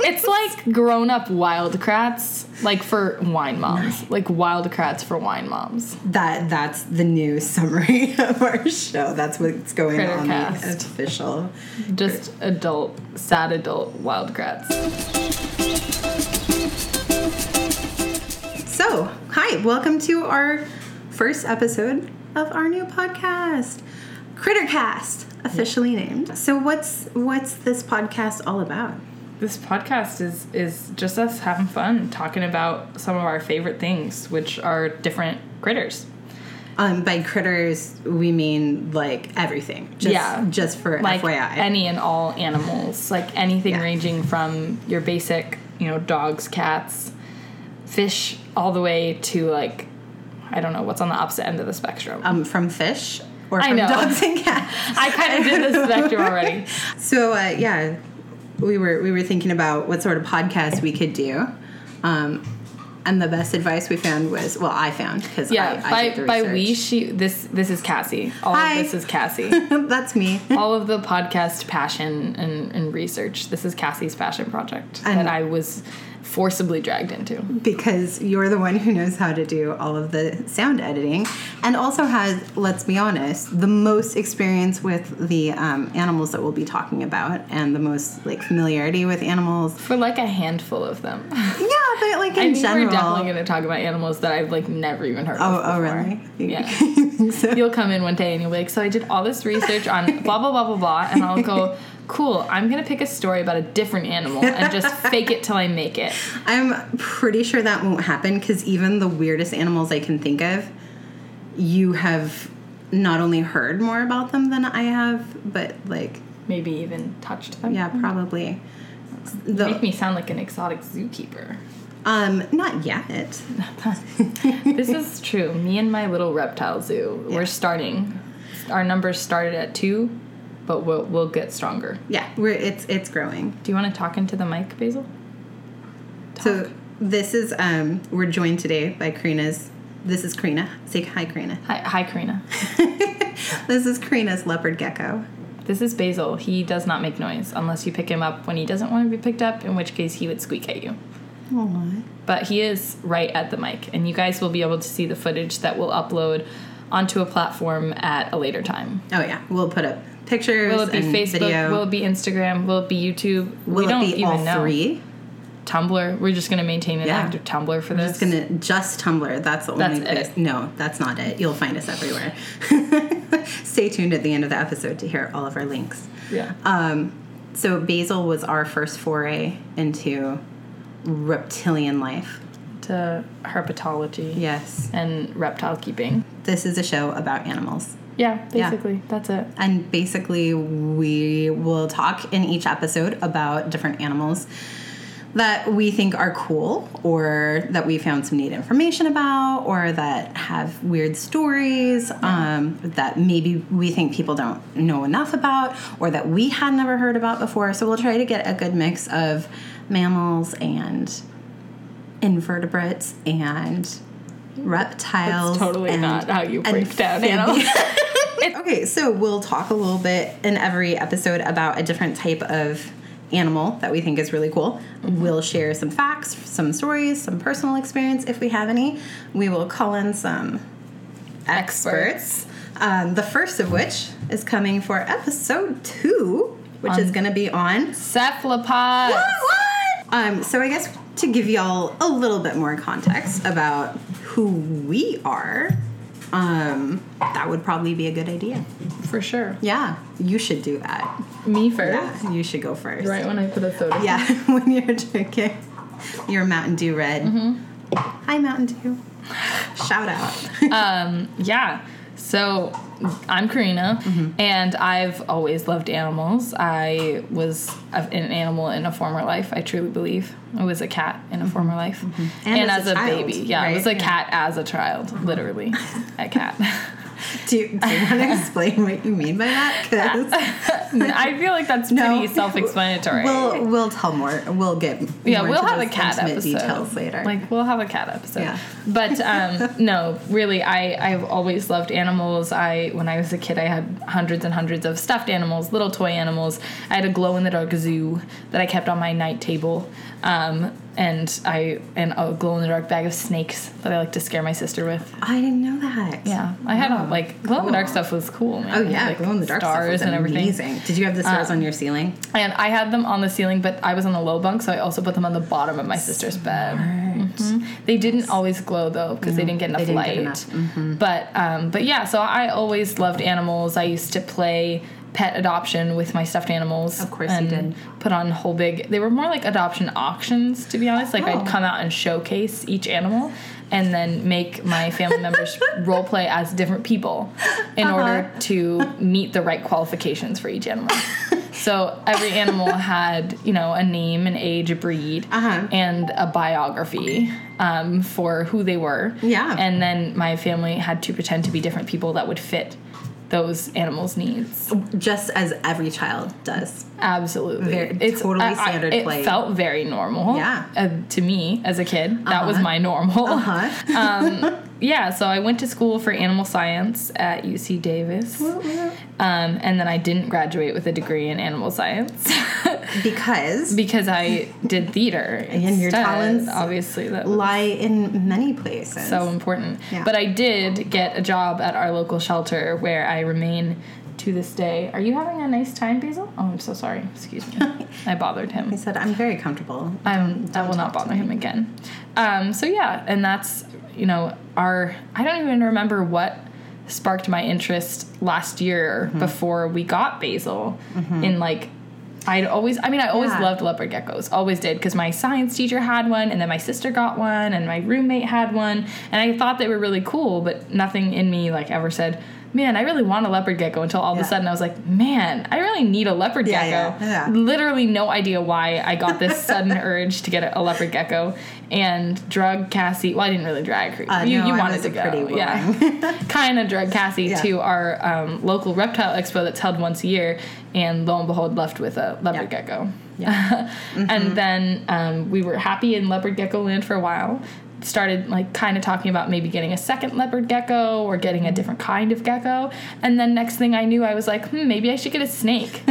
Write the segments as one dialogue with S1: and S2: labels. S1: It's like grown up wildcrats, like for wine moms. Like wildcrats for wine moms.
S2: That that's the new summary of our show. That's what's going on the
S1: Crittercast.
S2: official.
S1: Just adult, sad adult wildcrats.
S2: So, hi, welcome to our first episode of our new podcast, Crittercast, officially named. So, what's what's this podcast all about?
S1: This podcast is is just us having fun talking about some of our favorite things, which are different critters.
S2: Um, by critters, we mean like everything. Just,
S1: Yeah.
S2: Just for
S1: like
S2: FYI.
S1: any and all animals, like anything
S2: Yeah.
S1: ranging from your basic, you know, dogs, cats, fish, all the way to like, I don't know what's on the opposite end of the spectrum.
S2: um, from fish or
S1: I
S2: from
S1: know.
S2: dogs and cats.
S1: I kind of did this spectrum already.
S2: So uh, yeah, we were we were thinking about what sort of podcast we could do, um, and the best advice we found was well I found because
S1: Yeah,
S2: I, I did
S1: by
S2: the
S1: by
S2: research.
S1: we she this this is Cassie. All
S2: Hi.
S1: of this is Cassie.
S2: that's me.
S1: all of the podcast passion and, and research. This is Cassie's passion project that
S2: And-
S1: I was forcibly dragged into.
S2: because you're the one who knows how to do all of the sound editing and also has let's be honest the most experience with the um, animals that we'll be talking about and the most like familiarity with animals
S1: For like a handful of them.
S2: yeah but like
S1: I
S2: in
S1: think
S2: general
S1: we're definitely gonna talk about animals that I've like never even heard
S2: oh,
S1: of.
S2: oh
S1: before.
S2: really
S1: Yeah. You'll come in one day and you'll be like, so I did all this research on blah blah blah blah blah, and I'll go, cool. I'm gonna pick a story about a different animal and just fake it till I make it.
S2: i'm pretty sure that won't happen because even the weirdest animals i can think of you have not only heard more about them than i have but like
S1: Maybe even touched them.
S2: yeah probably the,
S1: Make me sound like an exotic zookeeper.
S2: Um, not yet.
S1: this is true. Me and my little reptile zoo. We're starting. Our numbers started at two, but we'll we'll get stronger.
S2: Yeah, we're it's it's growing.
S1: Do you want to talk into the mic, Basil?
S2: So this is um we're joined today by Karina's this is Karina. Say hi Karina.
S1: Hi, hi, Karina.
S2: This is Karina's leopard gecko.
S1: This is Basil. He does not make noise unless you pick him up when he doesn't want to be picked up, in which case he would squeak at you.
S2: Aww.
S1: But he is right at the mic, and you guys will be able to see the footage that we'll upload onto a platform at a later time.
S2: Oh yeah, we'll put up pictures
S1: Will it be
S2: and
S1: Facebook?
S2: video.
S1: Will it be Instagram? Will it be YouTube?
S2: Will
S1: we don't
S2: it be
S1: even
S2: all
S1: know.
S2: three?
S1: Tumblr. We're just going to maintain an
S2: Yeah.
S1: active Tumblr for this.
S2: Just gonna just Tumblr. That's the
S1: That's
S2: only place.
S1: it.
S2: No, that's not it. You'll find us everywhere. Stay tuned at the end of the episode to hear all of our links.
S1: yeah.
S2: Um, so Basil was our first foray into reptilian life.
S1: to herpetology
S2: Yes.
S1: and reptile keeping.
S2: This is a show about animals.
S1: Yeah,
S2: Yeah.
S1: basically. That's it.
S2: And basically, we will talk in each episode about different animals that we think are cool or that we found some neat information about or that have weird stories um, that maybe we think people don't know enough about or that we had never heard about before. So we'll try to get a good mix of mammals and invertebrates and reptiles.
S1: That's totally
S2: and
S1: not how you break down
S2: amphibians.
S1: animals.
S2: Okay, so we'll talk a little bit in every episode about a different type of animal that we think is really cool. We'll share some facts, some stories, some personal experience if we have any. We will call in some experts. Um, the first of which is coming for episode two, which is going to be on
S1: Cephalopods.
S2: um, so I guess to give y'all a little bit more context about who we are, um, that would probably be a good idea.
S1: For sure.
S2: Yeah, you should do that.
S1: Me first.
S2: Yeah, you should go first.
S1: Right when I put a soda.
S2: Yeah, when you're drinking your Mountain Dew Red.
S1: Mm-hmm.
S2: Hi, Mountain Dew. Shout out.
S1: Um, yeah. So I'm Karina,
S2: Mm-hmm.
S1: and I've always loved animals. I was a, an animal in a former life. I truly believe I was a cat in a former life,
S2: Mm-hmm. And as a child,
S1: baby. Yeah, I was a
S2: right? Yeah.
S1: cat as a child, literally, a cat.
S2: do you, do you want to explain what you mean by that? 'Cause-
S1: I feel like that's
S2: No.
S1: pretty self-explanatory.
S2: We'll we'll tell more. We'll get
S1: yeah,
S2: more
S1: we'll
S2: to
S1: have a
S2: those
S1: cat
S2: intimate
S1: episode.
S2: details later.
S1: Like we'll have a cat episode.
S2: Yeah.
S1: But um, no, really, I I've always loved animals. I when I was a kid, I had hundreds and hundreds of stuffed animals, little toy animals. I had a glow in the dark zoo that I kept on my night table. Um, and I and a glow in the dark bag of snakes that I like to scare my sister with.
S2: I didn't know that.
S1: Yeah, I had a, like glow in the dark
S2: Oh, cool.
S1: stuff was cool. Man.
S2: Oh yeah,
S1: like
S2: glow in the dark
S1: stars
S2: stuff was
S1: and everything. Uh,
S2: amazing. Did you have the stars on your ceiling?
S1: And I had them on the ceiling, but I was on the low bunk, so I also put them on the bottom of my sister's bed. Mhm. They didn't always glow though, because they didn't get enough
S2: didn't
S1: light.
S2: get enough. Mm-hmm.
S1: But um, but yeah, so I always loved animals. I used to play pet adoption with my stuffed animals.
S2: Of course you
S1: and
S2: did.
S1: Put on whole big. They were more like adoption auctions, to be honest. Like
S2: Oh.
S1: I'd come out and showcase each animal. And then make my family members role play as different people in
S2: Uh-huh.
S1: order to meet the right qualifications for each animal. So every animal had, you know, a name, an age, a breed,
S2: Uh-huh.
S1: and a biography um, for who they were.
S2: Yeah.
S1: And then my family had to pretend to be different people that would fit those animals' needs.
S2: Just as every child does.
S1: Absolutely. uh,
S2: Very- totally
S1: I- I-
S2: standard
S1: It
S2: play.
S1: felt very normal.
S2: Yeah.
S1: uh, to me as a kid, that was
S2: Uh-huh.
S1: my normal.
S2: Huh?
S1: Yeah. So I went to school for animal science at UC Davis. Um, and then I didn't graduate with a degree in animal science.
S2: because
S1: because I did theater.
S2: And your
S1: instead.
S2: talents
S1: obviously, that was
S2: lie in many places.
S1: so important.
S2: Yeah.
S1: But I did get a job at our local shelter where I remain to this day. Are you having a nice time, Basil? Oh, I'm so sorry. Excuse me. I bothered him.
S2: I said I'm very comfortable.
S1: I'm, I will not bother him again. Um, so yeah, and that's you know our. I don't even remember what sparked my interest last year
S2: Mm-hmm.
S1: before we got Basil. In like, I'd always. I mean, I always
S2: Yeah.
S1: loved leopard geckos. Always did because my science teacher had one, and then my sister got one, and my roommate had one, and I thought they were really cool. But nothing in me like ever said. Man, I really want a leopard gecko until all
S2: Yeah.
S1: of a sudden I was like, man, I really need a leopard
S2: Yeah,
S1: gecko.
S2: yeah, yeah.
S1: Literally no idea why I got this sudden urge to get a leopard gecko and drug Cassie. Well, I didn't really drag her.
S2: Uh,
S1: you
S2: no,
S1: you
S2: I
S1: wanted
S2: was
S1: to
S2: a
S1: go,
S2: pretty woman.
S1: yeah. kind of drug Cassie
S2: Yeah.
S1: to our um, local reptile expo that's held once a year, and lo and behold, left with a leopard
S2: Yeah.
S1: gecko.
S2: Yeah. Mm-hmm.
S1: And then um, we were happy in leopard gecko land for a while. Started like kind of talking about maybe getting a second leopard gecko or
S2: Mm-hmm.
S1: getting a different kind of gecko. And then next thing I knew, I was like, hmm, maybe I should get a snake.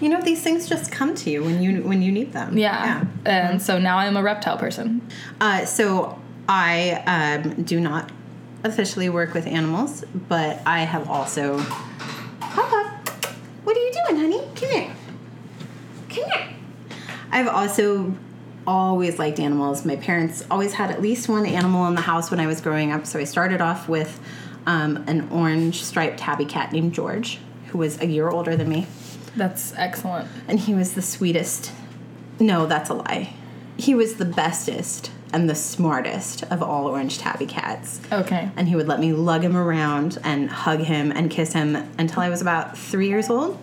S2: You know these things just come to you when you when you need them.
S1: Yeah.
S2: Mm-hmm.
S1: And so now I'm a reptile person.
S2: Uh, so I um, do not officially work with animals, but I have also. Papa, what are you doing, honey? Come here. Come here. I've also always liked animals. My parents always had at least one animal in the house when I was growing up. So I started off with um, an orange striped tabby cat named George, who was a year older than me
S1: That's excellent.
S2: and he was the sweetest. No, that's a lie. He was the bestest and the smartest of all orange tabby cats.
S1: Okay.
S2: And he would let me lug him around and hug him and kiss him until I was about three years old.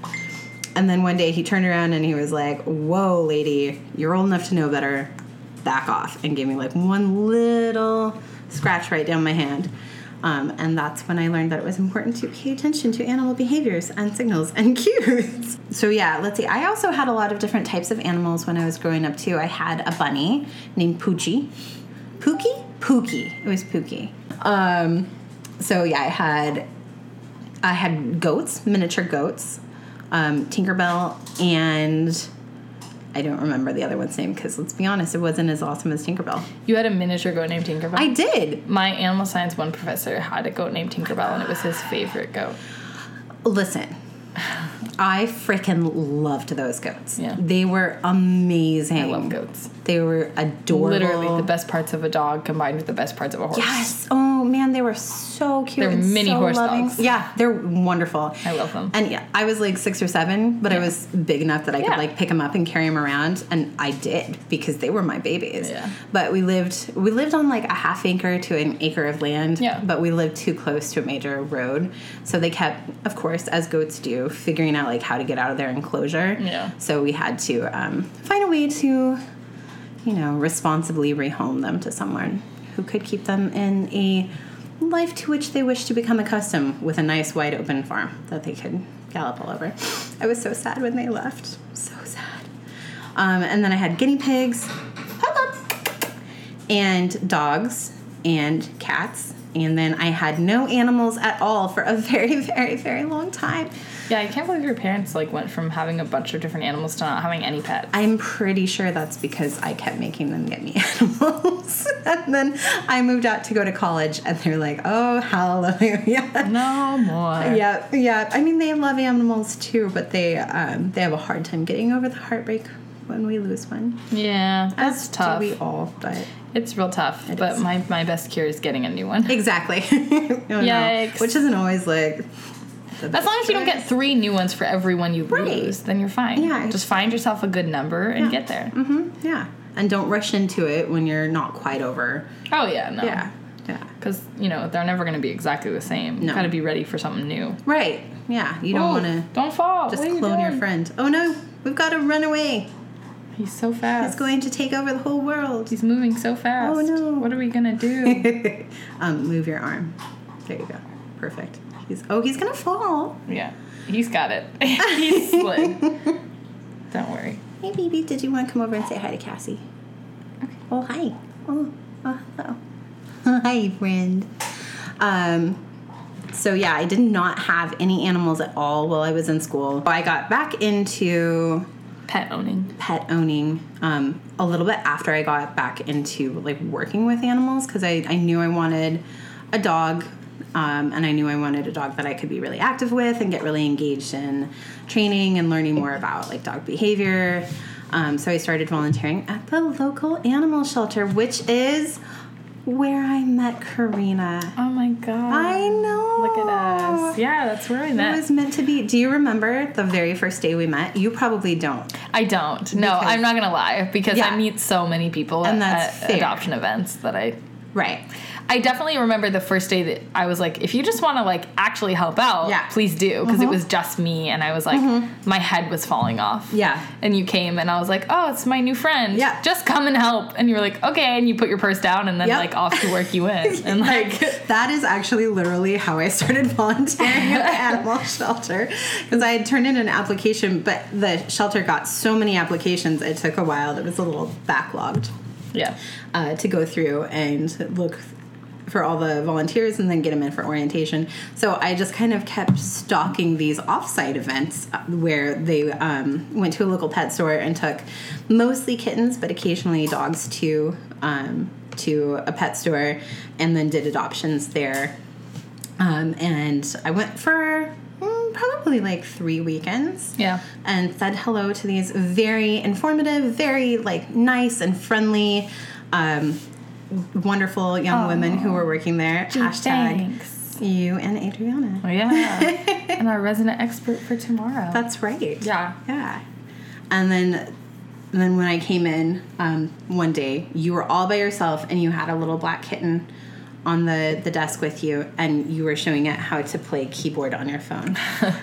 S2: And then one day he turned around and he was like, Whoa, lady, you're old enough to know better. Back off. And gave me like one little scratch right down my hand. Um, and that's when I learned that it was important to pay attention to animal behaviors and signals and cues. So, yeah, let's see. I also had a lot of different types of animals when I was growing up, too. I had a bunny named Poochie. Pookie? Pookie. It was Pookie. Um, so, yeah, I had I had goats, miniature goats, um, Tinkerbell, and I don't remember the other one's name because let's be honest, it wasn't as awesome as Tinkerbell.
S1: You had a miniature goat named Tinkerbell.
S2: I did.
S1: My animal science one professor had a goat named Tinkerbell, and it was his favorite goat.
S2: Listen, I freaking loved those goats.
S1: Yeah.
S2: They were amazing.
S1: I love goats.
S2: They were adorable.
S1: Literally the best parts of a dog combined with the best parts of a horse.
S2: Yes. Oh man, they were so cute.
S1: They're
S2: and
S1: mini
S2: so
S1: horse
S2: loving.
S1: dogs.
S2: Yeah, they're wonderful.
S1: I love them.
S2: And yeah, I was like six or seven, but I was big enough that I
S1: Yeah.
S2: could like pick them up and carry them around, and I did because they were my babies.
S1: Yeah.
S2: But we lived we lived on like a half acre to an acre of land.
S1: Yeah.
S2: But we lived too close to a major road, so they kept, of course, as goats do, figuring out like how to get out of their enclosure.
S1: Yeah.
S2: So we had to um, find a way to, you know, responsibly rehome them to someone who could keep them in a life to which they wish to become accustomed with a nice wide open farm that they could gallop all over. I was so sad when they left. So sad. Um, and then I had guinea pigs, and dogs, and cats. And then I had no animals at all for a very, very, very long time.
S1: Yeah, I can't believe your parents like went from having a bunch of different animals to not having any pets.
S2: I'm pretty sure that's because I kept making them get me animals. and then I moved out to go to college, and they're like, oh, hallelujah.
S1: No more.
S2: Yeah, yeah. I mean, they love animals too, but they um, they have a hard time getting over the heartbreak when we lose one.
S1: Yeah, that's
S2: As do
S1: tough.
S2: we all, but
S1: It's real tough. but
S2: is.
S1: my my best cure is getting a new one.
S2: exactly. You know,
S1: Yikes.
S2: Which isn't always like. The
S1: As long as you don't get three new ones for every one you
S2: Right.
S1: lose, then you're fine.
S2: Yeah,
S1: Just find yourself a good number and get there.
S2: hmm yeah, and don't rush into it when you're not quite over.
S1: Oh yeah, no.
S2: Yeah, yeah.
S1: Because you know they're never going to be exactly the same.
S2: No.
S1: Got to be ready for something new.
S2: Right. Yeah, you don't
S1: Oh,
S2: want to.
S1: Don't fall.
S2: Just
S1: What are you
S2: clone your
S1: doing?
S2: friend. Oh no, we've got to run away.
S1: He's so fast.
S2: He's going to take over the whole world.
S1: He's moving so fast.
S2: Oh, no.
S1: What are we gonna do?
S2: um, move your arm. There you go. Perfect. He's oh, he's gonna fall.
S1: yeah, he's got it. he's slid. Don't worry.
S2: Hey, baby, did you want to come over and say hi to Cassie? Okay. Oh, hi. Oh, oh hello. hi, friend. Um, so yeah, I did not have any animals at all while I was in school. I got back into
S1: Pet owning.
S2: pet owning um, a little bit after I got back into like working with animals because I, I knew I wanted a dog um, and I knew I wanted a dog that I could be really active with and get really engaged in training and learning more about like dog behavior. Um, so I started volunteering at the local animal shelter, which is where I met Karina.
S1: Oh my god.
S2: I know.
S1: Look at us. Yeah, that's where we
S2: It
S1: met.
S2: was meant to be. Do you remember the very first day we met? You probably don't.
S1: I don't. No,
S2: Because-
S1: I'm not gonna lie because
S2: Yeah.
S1: I meet so many people
S2: And
S1: at,
S2: that's
S1: at
S2: fair.
S1: adoption events that I.
S2: Right.
S1: I definitely remember the first day that I was like, if you just want to like actually help out,
S2: Yeah. Mm-hmm.
S1: please do, because it was just me, and I was like, my head was falling off.
S2: Yeah.
S1: And you came, and I was like, oh, it's my new friend.
S2: Yeah.
S1: Just come and help, and you were like, okay, and you put your purse down, and then
S2: Yep.
S1: like off to work you went, and like,
S2: that is actually literally how I started volunteering at the animal shelter because I had turned in an application, but the shelter got so many applications it took a while. It was a little backlogged
S1: yeah.
S2: uh, to go through and look for all the volunteers and then get them in for orientation. So I just kind of kept stalking these offsite events uh, where they um, went to a local pet store and took mostly kittens, but occasionally dogs too, um, to a pet store, and then did adoptions there. Um, and I went for mm, probably like three weekends
S1: Yeah.
S2: and said hello to these very informative, very like nice and friendly, um, wonderful young women who were working there. Hashtag
S1: thanks.
S2: you and Adriana.
S1: Yeah. and our resident expert for tomorrow.
S2: That's right.
S1: yeah.
S2: Yeah. And then and then when I came in um, one day, you were all by yourself and you had a little black kitten on the, the desk with you and you were showing it how to play keyboard on your phone.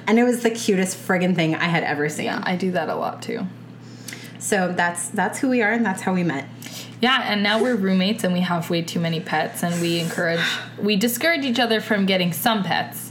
S2: and it was the cutest friggin' thing I had ever seen.
S1: Yeah, I do that a lot too.
S2: So that's that's who we are and that's how we met.
S1: Yeah, and now we're roommates and we have way too many pets and we encourage we discourage each other from getting some pets.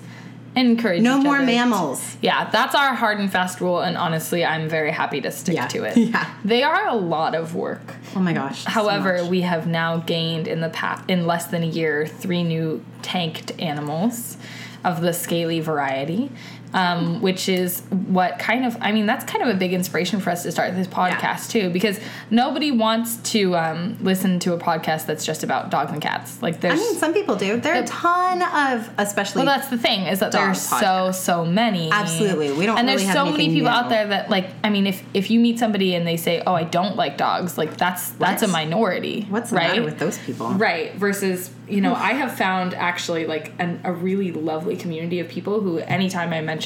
S1: and Encourage
S2: No
S1: each
S2: more
S1: other.
S2: mammals.
S1: Yeah, that's our hard and fast rule and honestly I'm very happy to stick
S2: Yeah.
S1: to it.
S2: Yeah.
S1: They are a lot of work.
S2: Oh my gosh. so
S1: However,
S2: much.
S1: we have now gained in the past in less than a year three new tanked animals of the scaly variety, um, which is what kind of I mean that's kind of a big inspiration for us to start this podcast too because nobody wants to um, listen to a podcast that's just about dogs and cats like
S2: I
S1: there's.
S2: mean, some people do. There are a ton of, especially
S1: well, that's the thing is that there's
S2: Dog
S1: so so many.
S2: Absolutely. We don't
S1: and
S2: really
S1: there's
S2: have
S1: so many
S2: anything
S1: people
S2: new.
S1: out there that like. I mean, if if you meet somebody and they say, "Oh, I don't like dogs," like that's that's a
S2: What?
S1: minority.
S2: what's the
S1: right?
S2: matter with those people?
S1: Right. Versus, you know, I have found actually like an, a really lovely community of people who, anytime I mention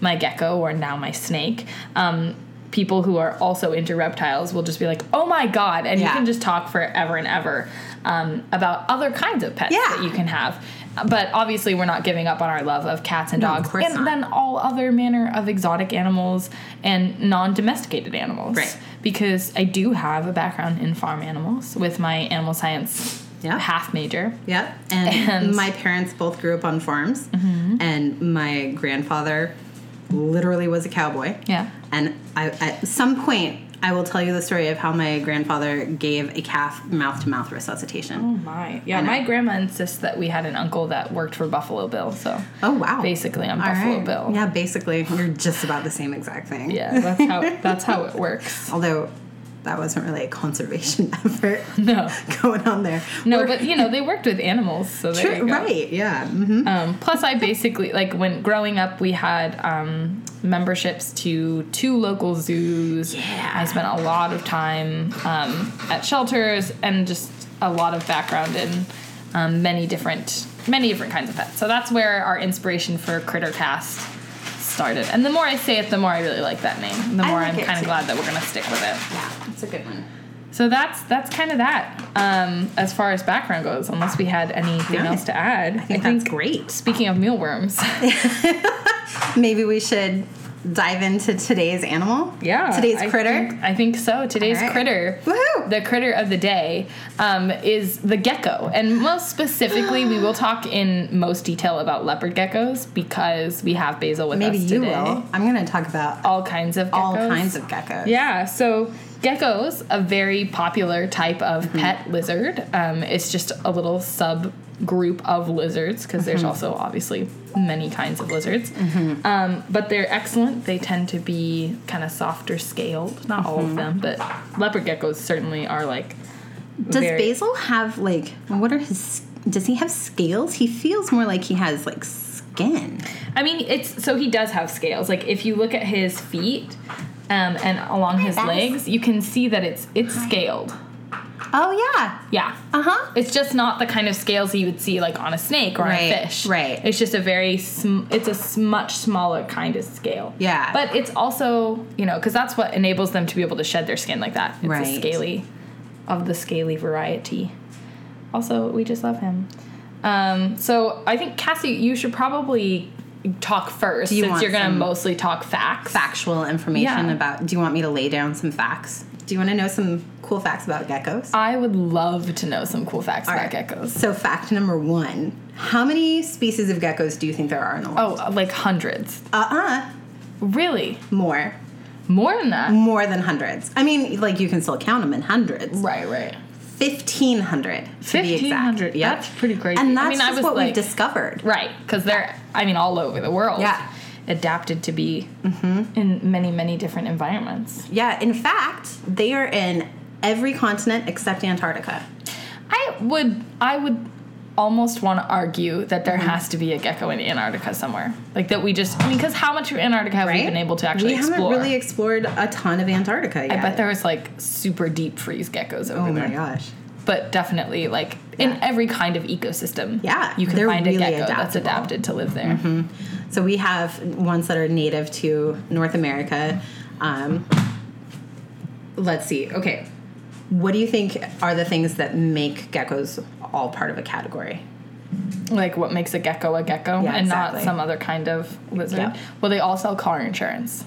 S1: my gecko or now my snake, um, people who are also into reptiles will just be like, oh my God. And
S2: Yeah.
S1: you can just talk forever and ever um, about other kinds of pets
S2: Yeah.
S1: that you can have. But obviously, we're not giving up on our love of cats and
S2: No, of
S1: dogs,
S2: course
S1: and
S2: not.
S1: then all other manner of exotic animals and non-domesticated animals
S2: Right.
S1: because I do have a background in farm animals with my animal science
S2: Yeah.
S1: half major.
S2: Yep. And,
S1: And- Mm-hmm.
S2: my parents both grew up on farms, and my grandfather literally was a cowboy.
S1: Yeah.
S2: And I, at some point, I will tell you the story of how my grandfather gave a calf mouth to mouth resuscitation.
S1: My yeah, my grandma insists that we had an uncle that worked for Buffalo Bill, so
S2: Oh, wow.
S1: basically I'm
S2: All
S1: Buffalo
S2: right.
S1: Bill.
S2: Yeah, basically, you're just about the same exact thing.
S1: Yeah, that's how that's how it works.
S2: Although that wasn't really a conservation effort
S1: No.
S2: going on there.
S1: No, but you know, they worked with animals, so there
S2: True,
S1: you go.
S2: right, yeah. hmm
S1: Um, plus, I basically like when growing up, we had um, memberships to two local zoos.
S2: Yeah.
S1: I spent a lot of time um, at shelters and just a lot of background in um, many different many different kinds of pets. So that's where our inspiration for Crittercast started. And the more I say it, the more I really like that name. The
S2: I
S1: more
S2: like
S1: I'm
S2: it
S1: kind of
S2: too.
S1: glad that we're gonna stick with it.
S2: Yeah, that's a good one.
S1: So that's that's kind of that um, as far as background goes. Unless we had anything
S2: No.
S1: else to add, I
S2: think that's great.
S1: Speaking of mealworms,
S2: Maybe we should dive into today's animal.
S1: yeah,
S2: Today's
S1: I
S2: critter.
S1: think- I think so. Today's
S2: All right.
S1: critter,
S2: Woohoo!
S1: the critter of the day, um, is the gecko, and most specifically, we will talk in most detail about leopard geckos because we have Basil with
S2: Maybe
S1: us
S2: you
S1: today.
S2: will. I'm going to talk about
S1: All kinds of geckos.
S2: all kinds of geckos.
S1: Yeah, so geckos, a very popular type of pet lizard. Um, it's just a little subgroup of lizards because there's also obviously many kinds of lizards. Um, but they're excellent. They tend to be kind of softer scaled. Not all of them, but leopard geckos certainly are like.
S2: Does
S1: very-
S2: Basil have like what are his? Does he have scales? He feels more like he has like skin.
S1: I mean, it's so he does have scales. Like if you look at his feet um, and along his
S2: Bess.
S1: legs, you can see that it's it's scaled.
S2: Oh yeah.
S1: Yeah.
S2: Uh huh.
S1: It's just not the kind of scales you would see like on a snake or
S2: Right,
S1: on a fish.
S2: right.
S1: It's just a very sm- it's a s- much smaller kind of scale.
S2: Yeah.
S1: But it's also you know because that's what enables them to be able to shed their skin like that. It's
S2: Right.
S1: a scaly of the scaly variety. Also, we just love him. Um, so I think Cassie, you should probably talk first
S2: you
S1: since
S2: want
S1: you're going to
S2: some-
S1: mostly talk facts.
S2: Factual information
S1: Yeah.
S2: about. Do you want me to lay down some facts? Do you want to know some cool facts about geckos?
S1: I would love to know some cool facts about
S2: Alright.
S1: geckos.
S2: So fact number one: How many species of geckos do you think there are in the world?
S1: Oh, like hundreds.
S2: Uh uh
S1: Really?
S2: More.
S1: More than that.
S2: More than hundreds. I mean, like you can still count them in hundreds.
S1: Right, right.
S2: Fifteen hundred to be exact.
S1: 1,500,
S2: Yep.
S1: that's pretty crazy.
S2: And
S1: I
S2: that's
S1: mean, I
S2: just
S1: was
S2: what we
S1: like-
S2: discovered.
S1: Right, because they're, I mean, all over the world.
S2: Yeah.
S1: Adapted to be in many, many different environments.
S2: Yeah, in fact, they are in every continent except Antarctica.
S1: I would, I would almost want to argue that there has to be a gecko in Antarctica somewhere. Like that we just, I mean, because how much of Antarctica have
S2: Right?
S1: we been able to actually
S2: we
S1: explore?
S2: haven't really explored a ton of Antarctica yet.
S1: I bet there was like super deep freeze geckos over
S2: Oh
S1: there.
S2: my gosh.
S1: But definitely, like in every kind of ecosystem,
S2: Yeah,
S1: you can
S2: they're
S1: find a
S2: really
S1: gecko that's
S2: adaptable.
S1: adapted to live there.
S2: So we have ones that are native to North America. Um, let's see. Okay. What do you think are the things that make geckos all part of a category?
S1: like what makes a gecko a gecko
S2: Yeah,
S1: and
S2: exactly.
S1: not some other kind of lizard.
S2: Yeah.
S1: Well, they all sell car insurance.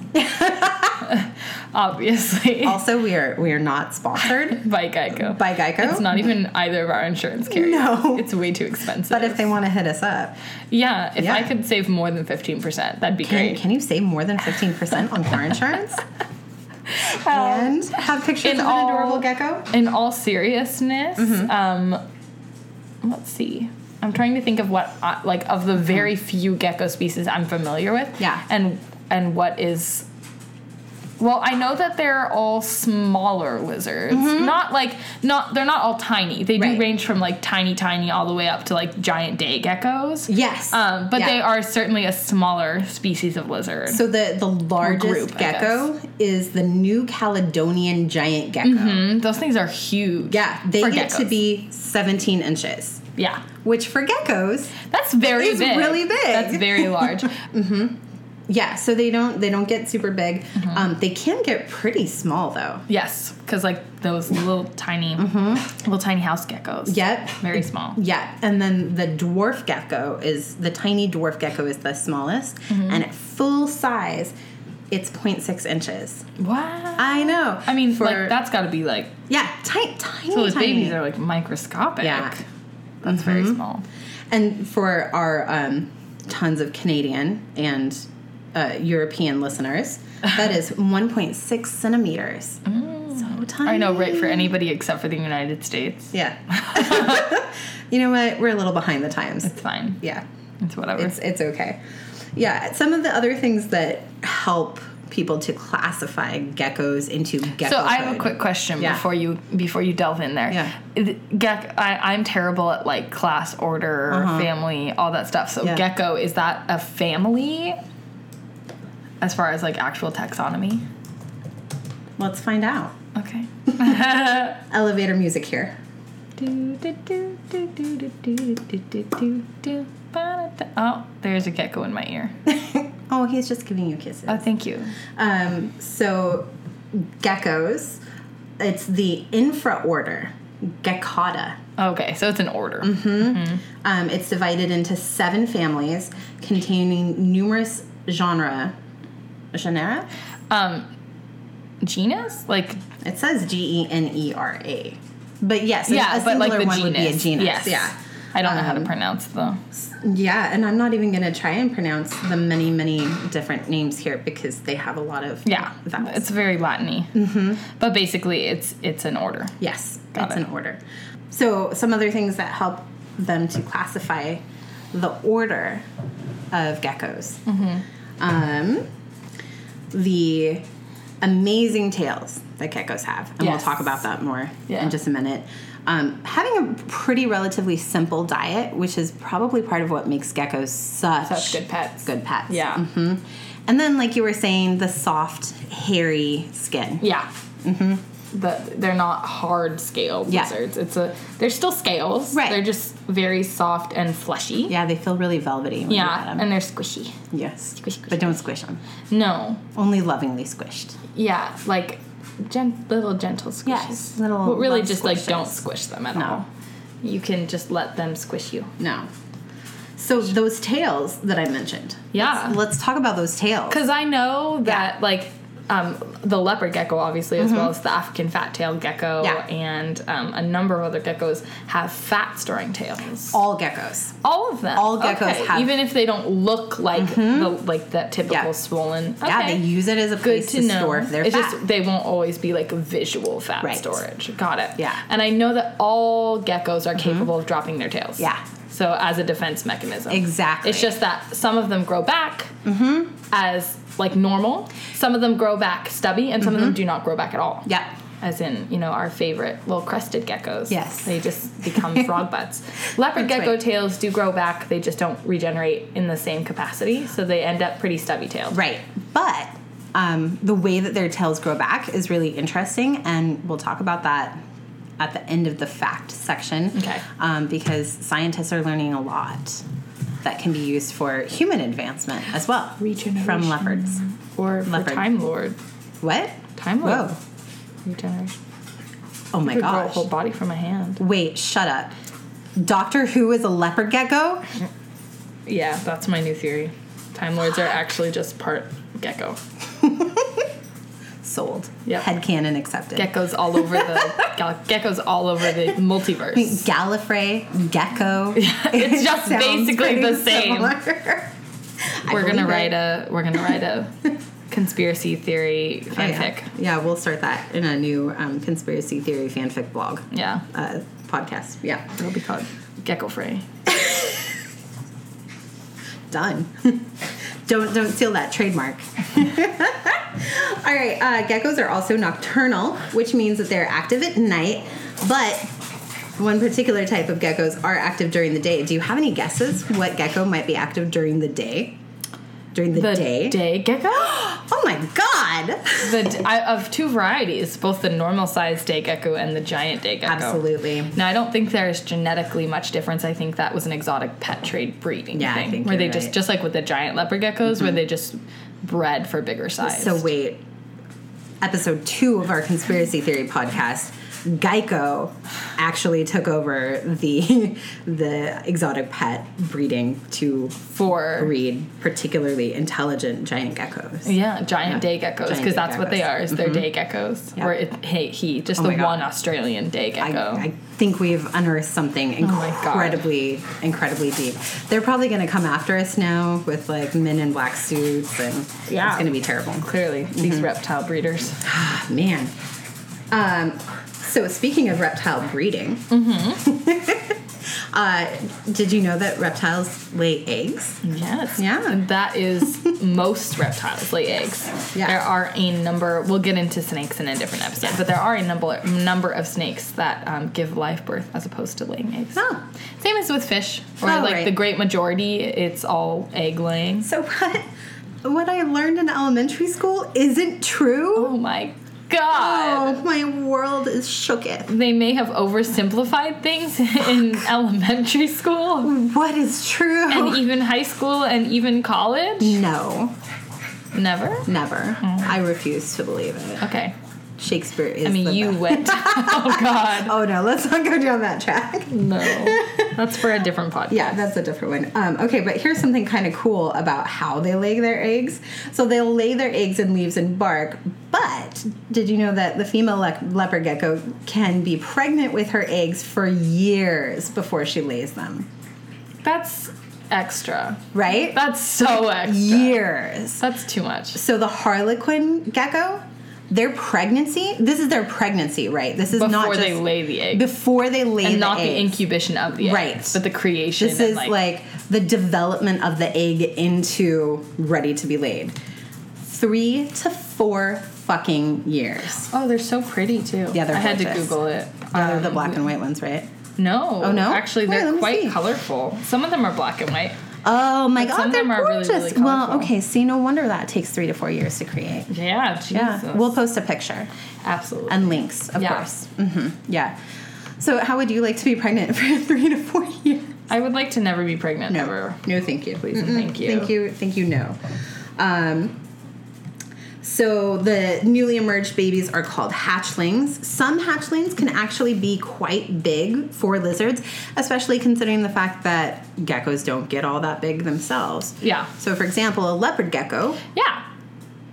S1: Obviously.
S2: Also, we are we are not sponsored
S1: by Geico.
S2: by Geico.
S1: it's not even either of our insurance carriers.
S2: No.
S1: It's way too expensive.
S2: but if they want to hit us up,
S1: Yeah, if I
S2: Yeah.
S1: could save more than 15%, that'd be
S2: can,
S1: great.
S2: can you save more than 15% on car insurance? and have
S1: Oh.
S2: pictures
S1: in
S2: of
S1: all-
S2: an adorable gecko?
S1: In all seriousness,
S2: Mm-hmm.
S1: um, let's see. I'm trying to think of what, I, like, of the very few gecko species I'm familiar with.
S2: Mm-hmm. Yeah.
S1: And and what is. Well, I know that they're all smaller lizards. Not like not they're not all tiny. They
S2: Mm-hmm. Right.
S1: do range from like tiny, tiny all the way up to like giant day geckos.
S2: Yes.
S1: Um, but
S2: Yeah.
S1: they are certainly a smaller species of lizard.
S2: So the, the largest
S1: group, I
S2: gecko is the New Caledonian giant gecko.
S1: Mm, those things are huge.
S2: Yeah, they
S1: for
S2: get to
S1: geckos.
S2: be 17 inches,
S1: yeah.
S2: which for geckos,
S1: That's very
S2: It's
S1: big.
S2: really big.
S1: That's very large.
S2: yeah, so they don't they don't get super big.
S1: Mm-hmm.
S2: Um, they can get pretty small though.
S1: yes, because like those little tiny,
S2: Mm-hmm.
S1: little tiny house geckos.
S2: Yep.
S1: Very small.
S2: Yeah, and then the dwarf gecko is the tiny dwarf gecko is the smallest,
S1: Mm-hmm.
S2: and at full size, it's 0.6 inches.
S1: Wow.
S2: I know.
S1: I mean,
S2: for
S1: like that's got to be like
S2: Yeah, tiny, tiny,
S1: So those
S2: tiny.
S1: babies are like microscopic.
S2: Yeah. Mm-hmm.
S1: That's very small.
S2: And for our um, tons of Canadian and uh, European listeners, that is 1.6 centimeters. So tiny.
S1: Mm. I know, right? For anybody except for the United States,
S2: Yeah. you know what? We're a little behind the times.
S1: it's fine.
S2: Yeah,
S1: It's whatever.
S2: it's it's okay. Yeah, some of the other things that help people to classify geckos into gecko.
S1: so I have
S2: code.
S1: a quick question
S2: Yeah.
S1: before you before you delve in there.
S2: Yeah.
S1: Gecko, I, I'm terrible at like class order, family, all that stuff. So
S2: Uh-huh. Yeah.
S1: gecko is that a family? As far as like actual taxonomy.
S2: Let's find out.
S1: Okay.
S2: Elevator music here.
S1: Do, do, do, do, do, do, do, do, do, do, do, ba, da, da. Oh, there's a gecko in my ear.
S2: Oh, he's just giving you kisses.
S1: Oh, thank you.
S2: Um, so geckos, it's the infra order, Geckata.
S1: Okay, so it's an order.
S2: Um, it's divided into seven families containing numerous genre. Genera?
S1: Um, genus? Like,
S2: It says G E N E R A. But yes,
S1: yeah,
S2: a
S1: but
S2: singular
S1: like the
S2: one
S1: genus.
S2: would be a genus.
S1: Yes.
S2: Yeah.
S1: I don't know how to pronounce the.
S2: Yeah, and I'm not even going to try and pronounce the many, many different names here because they have a lot of
S1: Yeah,
S2: vowels.
S1: it's very Latin-y. But basically, it's it's an order.
S2: Yes,
S1: Got
S2: it's
S1: it.
S2: an order. So, some other things that help them to classify the order of geckos.
S1: Mm-hmm.
S2: Um, the amazing tails that geckos have, and
S1: Yes.
S2: we'll talk about that more
S1: Yeah.
S2: in just a minute. Um, having a pretty relatively simple diet, which is probably part of what makes geckos such,
S1: Such good pets.
S2: Good pets.
S1: Yeah.
S2: hmm And then, like you were saying, the soft, hairy skin.
S1: Yeah. Mm-hmm. But they're not hard scaled
S2: Yeah.
S1: lizards. It's a they're still scales.
S2: Right.
S1: They're just very soft and fleshy.
S2: Yeah, they feel really velvety. When you
S1: Yeah,
S2: pat 'em.
S1: and they're squishy.
S2: Yes.
S1: Squish, squish,
S2: But don't squish them.
S1: No.
S2: Only lovingly squished.
S1: Yeah, like gen- little gentle squishes.
S2: Yes, little
S1: But really,
S2: love
S1: just like don't
S2: squishes.
S1: squish them at
S2: No.
S1: all. You can just let them squish you.
S2: No. So those tails that I mentioned.
S1: Yeah.
S2: Let's, let's talk about those tails.
S1: Because I know that like um, the leopard gecko, obviously, as well as the African fat-tailed gecko,
S2: Mm-hmm. Yeah.
S1: and um, a number of other geckos have fat-storing tails.
S2: All geckos.
S1: All of them.
S2: all geckos
S1: Okay,
S2: have- Mm-hmm.
S1: even if they don't look like the, like that typical
S2: Yeah.
S1: swollen. Okay.
S2: Yeah, they use it as a
S1: Good
S2: place
S1: to, know.
S2: store their
S1: it's
S2: fat.
S1: just they won't always be like visual fat
S2: Right.
S1: storage. Got it.
S2: Yeah. Mm-hmm.
S1: And I know that all geckos are capable of dropping their tails.
S2: Yeah.
S1: So as a defense mechanism.
S2: Exactly. Mm-hmm.
S1: It's just that some of them grow back as like normal. Some of them grow back stubby, and some of them do not grow back at all.
S2: Mm-hmm. Yeah.
S1: As in, you know, our favorite little crested geckos.
S2: Yes.
S1: They just become frog butts. Leopard
S2: That's
S1: gecko
S2: right.
S1: tails do grow back, they just don't regenerate in the same capacity, so they end up pretty stubby tailed.
S2: Right. But um, the way that their tails grow back is really interesting, and we'll talk about that at the end of the fact section.
S1: Okay.
S2: Um, because scientists are learning a lot that can be used for human advancement as well. From
S1: Regeneration.
S2: leopards.
S1: Or for
S2: Leopard.
S1: Time Lord.
S2: What?
S1: Time Lord.
S2: Whoa.
S1: Regeneration.
S2: Oh my
S1: I grow a
S2: gosh.
S1: whole body from a hand.
S2: Wait, shut up. Doctor Who is a leopard gecko?
S1: Yeah, that's my new theory. Time Lords are actually just part gecko.
S2: Sold.
S1: Yep.
S2: Headcanon accepted.
S1: Geckos all over the gal- geckos all over the multiverse.
S2: Gallifrey, gecko. It
S1: just
S2: sounds
S1: basically the
S2: pretty
S1: same.
S2: similar. I
S1: We're gonna
S2: believe
S1: write
S2: it.
S1: a we're gonna write a conspiracy theory
S2: Oh, yeah.
S1: fanfic.
S2: yeah, we'll start that in a new um, conspiracy theory fanfic blog
S1: Yeah.
S2: uh, podcast. Yeah,
S1: It'll be called Gecko Fray.
S2: done. don't don't steal that trademark. All right, uh, geckos are also nocturnal, which means that they're active at night, but one particular type of geckos are active during the day. Do you have any guesses what gecko might be active during the day? During the,
S1: The
S2: day?
S1: day gecko?
S2: Oh my god!
S1: The d- I, of two varieties, both the normal sized day gecko and the giant day gecko.
S2: Absolutely.
S1: Now, I don't think there's genetically much difference. I think that was an exotic pet trade breeding
S2: Yeah, I
S1: thing,
S2: think
S1: where they
S2: you're
S1: just
S2: right. Mm-hmm.
S1: just like with the giant leopard geckos, where they just bred for bigger size.
S2: So wait, episode two of our conspiracy theory podcast, Geico actually took over the the exotic pet breeding to
S1: for
S2: breed particularly intelligent giant geckos.
S1: yeah giant day geckos because
S2: Giant day
S1: that's what they
S2: geckos. Mm-hmm.
S1: are is they're day geckos
S2: Yeah.
S1: or it, hey he just
S2: Oh my
S1: the
S2: God.
S1: one Australian day
S2: I,
S1: gecko
S2: I think we've unearthed something
S1: Oh my God.
S2: incredibly, incredibly deep. They're probably going to come after us now with like men in black suits, and
S1: Yeah.
S2: it's going to be terrible.
S1: clearly these reptile breeders
S2: Ah, man. Um, so speaking of reptile breeding,
S1: Mm-hmm.
S2: uh, did you know that reptiles lay eggs?
S1: Yes.
S2: Yeah.
S1: That is most reptiles lay eggs.
S2: Yeah.
S1: There are a number. We'll get into snakes in a different episode, but there are a number number of snakes that um, give live birth as opposed to laying eggs.
S2: Oh.
S1: Same as with fish, or
S2: Oh,
S1: like
S2: right.
S1: the great majority, it's all egg laying.
S2: So what? What I learned in elementary school isn't true.
S1: Oh my god.
S2: Oh, my world is shooketh.
S1: They may have oversimplified things in elementary school
S2: What is true?
S1: and even high school and even college.
S2: no,
S1: Never.
S2: never. I refuse to believe it.
S1: Okay.
S2: Shakespeare is.
S1: Mm. I mean,
S2: the
S1: you
S2: best.
S1: went. oh god.
S2: Oh no, let's not go down that track.
S1: No, that's for a different podcast.
S2: Yeah, that's a different one. Um, okay, but here's something kind of cool about how they lay their eggs. So they lay their eggs in leaves and bark, but did you know that the female le- leopard gecko can be pregnant with her eggs for years before she lays them?
S1: That's extra.
S2: Right?
S1: That's so extra.
S2: years.
S1: That's too much.
S2: So the harlequin gecko, their pregnancy, this is their pregnancy, right? This is
S1: Before
S2: not just
S1: they lay the egg.
S2: before they lay
S1: and
S2: the
S1: not the
S2: eggs.
S1: incubation of the egg.
S2: Right.
S1: But the creation.
S2: This
S1: and,
S2: is like, the development of the egg into ready to be laid. Three to four fucking years.
S1: Oh, they're so pretty too.
S2: Yeah, they're
S1: I had to
S2: gorgeous.
S1: Google it.
S2: Yeah, they're the
S1: Um,
S2: black and white ones, right?
S1: No.
S2: Oh, no?
S1: Actually,
S2: Wait, let
S1: they're
S2: me
S1: quite
S2: see.
S1: colorful. Some of them are black and white.
S2: Oh my
S1: But
S2: god,
S1: some of
S2: they're
S1: them are really,
S2: gorgeous.
S1: really
S2: well,
S1: colorful.
S2: okay, see, no wonder that takes three to four years to create.
S1: Yeah. Jesus.
S2: Yeah, we'll post a picture
S1: absolutely.
S2: and links, of
S1: Yeah.
S2: course. hmm Yeah. So, how would you like to be pregnant for three to four years?
S1: I would like to never be pregnant ever.
S2: No, thank you.
S1: Please and thank you.
S2: Thank you. Thank you. No. Um, so the newly emerged babies are called hatchlings. Some hatchlings can actually be quite big for lizards, especially considering the fact that geckos don't get all that big themselves.
S1: Yeah.
S2: So, for example, a leopard gecko.
S1: Yeah.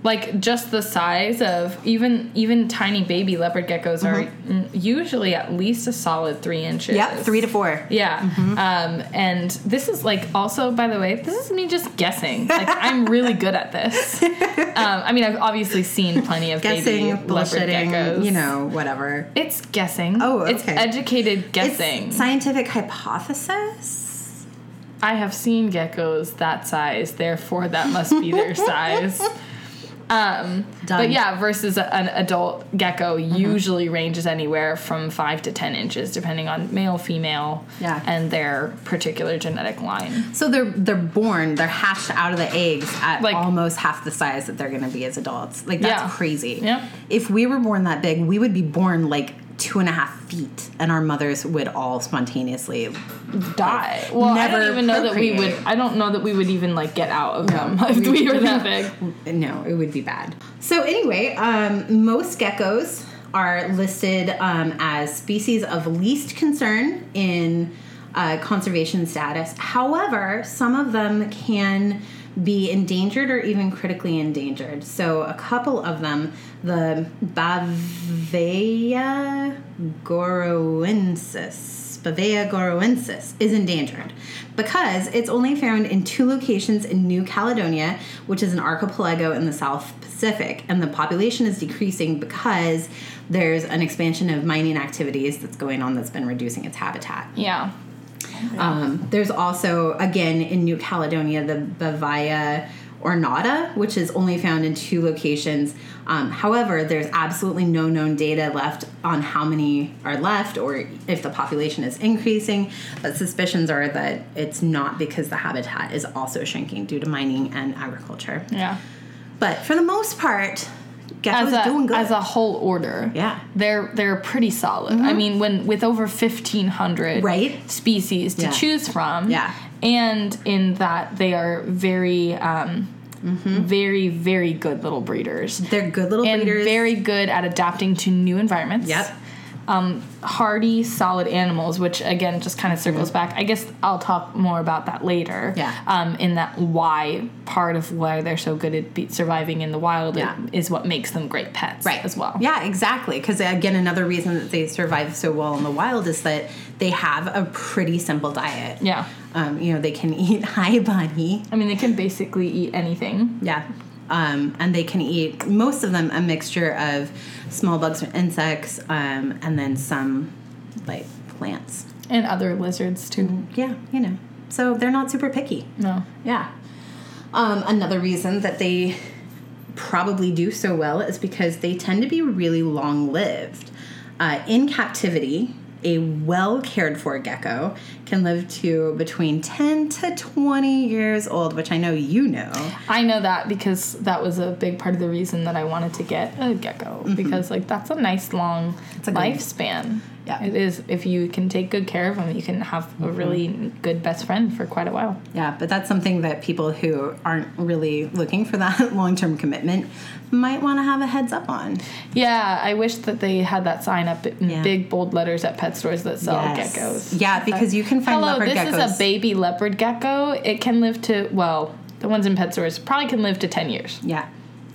S1: Like just the size of even even tiny baby leopard geckos are mm, usually at least a solid three inches.
S2: Yep, Mm-hmm. three to four. Mm-hmm.
S1: Yeah. Um, and this is like also, by the way, this is me just guessing. Like I'm really good at this. Um, I mean, I've obviously seen plenty of
S2: Guessing,
S1: baby leopard
S2: bullshitting,
S1: geckos.
S2: you know, whatever.
S1: it's guessing.
S2: Oh,
S1: it's
S2: okay.
S1: educated
S2: It's
S1: guessing.
S2: scientific hypothesis.
S1: I have seen geckos that size, therefore that must be their size. Um,
S2: Done. Mm-hmm.
S1: but yeah, versus a- an adult gecko usually ranges anywhere from five to ten inches, depending on male, female,
S2: Yeah.
S1: and their particular genetic line.
S2: So they're they're born, they're hatched out of the eggs at
S1: Like-
S2: almost half the size that they're going to be as adults. Like that's
S1: Yeah.
S2: crazy.
S1: Yep.
S2: If we were born that big, we would be born like two and a half feet, and our mothers would all spontaneously.
S1: Die. Well, I
S2: Never
S1: don't even know that we would.
S2: procreate.
S1: I don't know that we would even like get out of them if we were that big.
S2: No, it would be bad. So anyway, um, most geckos are listed um, as species of least concern in uh, conservation status. However, some of them can be endangered or even critically endangered. So a couple of them, the Bavaria goroensis, Bavaria goroensis is endangered because it's only found in two locations in New Caledonia, which is an archipelago in the South Pacific, and the population is decreasing because there's an expansion of mining activities that's going on that's been reducing its habitat.
S1: Yeah.
S2: Um, there's also, again, in New Caledonia, the Bavaria ornata, which is only found in two locations. Um, however, there's absolutely no known data left on how many are left or if the population is increasing, but suspicions are that it's not because the habitat is also shrinking due to mining and agriculture.
S1: Yeah.
S2: But for the most part,
S1: as
S2: geckos
S1: a,
S2: doing good.
S1: as a whole order.
S2: Yeah. Mm-hmm.
S1: They're they're pretty solid. I mean, when with over 1500
S2: Right.
S1: species to
S2: Yeah.
S1: choose from.
S2: Yeah.
S1: And in that they are very um very very good little breeders
S2: They're good Mm-hmm. little
S1: and
S2: breeders.
S1: very good at adapting to new environments.
S2: Yep.
S1: um, hardy, solid animals, which again just kind of circles back. I guess I'll talk more about that later.
S2: Mm-hmm. Yeah.
S1: Um, in that why part of why they're so good at be- surviving in the wild
S2: Yeah.
S1: is what makes them great pets,
S2: right
S1: As well.
S2: yeah exactly because again another reason that they survive so well in the wild is that they have a pretty simple diet
S1: Yeah.
S2: um, you know they can eat high bunny
S1: I mean, they can basically eat anything.
S2: yeah um, and they can eat most of them a mixture of small bugs and insects um, and then some like plants
S1: And other lizards, too.
S2: yeah you know so they're not super picky
S1: No.
S2: Yeah. Um, another reason that they probably do so well is because they tend to be really long lived. Uh, in captivity, a well cared for gecko can live to between 10 to 20 years old, which I know you know.
S1: I know that because that was a big part of the reason that I wanted to get a gecko because like that's a nice long
S2: Mm-hmm. a good-
S1: lifespan.
S2: Yeah. Mm-hmm.
S1: It is if you can take good care of them, you can have a really good best friend for quite a while.
S2: Yeah, but that's something that people who aren't really looking for that long term commitment might want to have a heads up on.
S1: Yeah, I wish that they had that sign up in
S2: Yeah.
S1: big bold letters at pet stores that sell
S2: Yes.
S1: geckos.
S2: Yeah, because you can find
S1: Hello,
S2: leopard
S1: this
S2: geckos.
S1: is a baby leopard gecko. It can live to well, the ones in pet stores probably can live to ten years,
S2: yeah.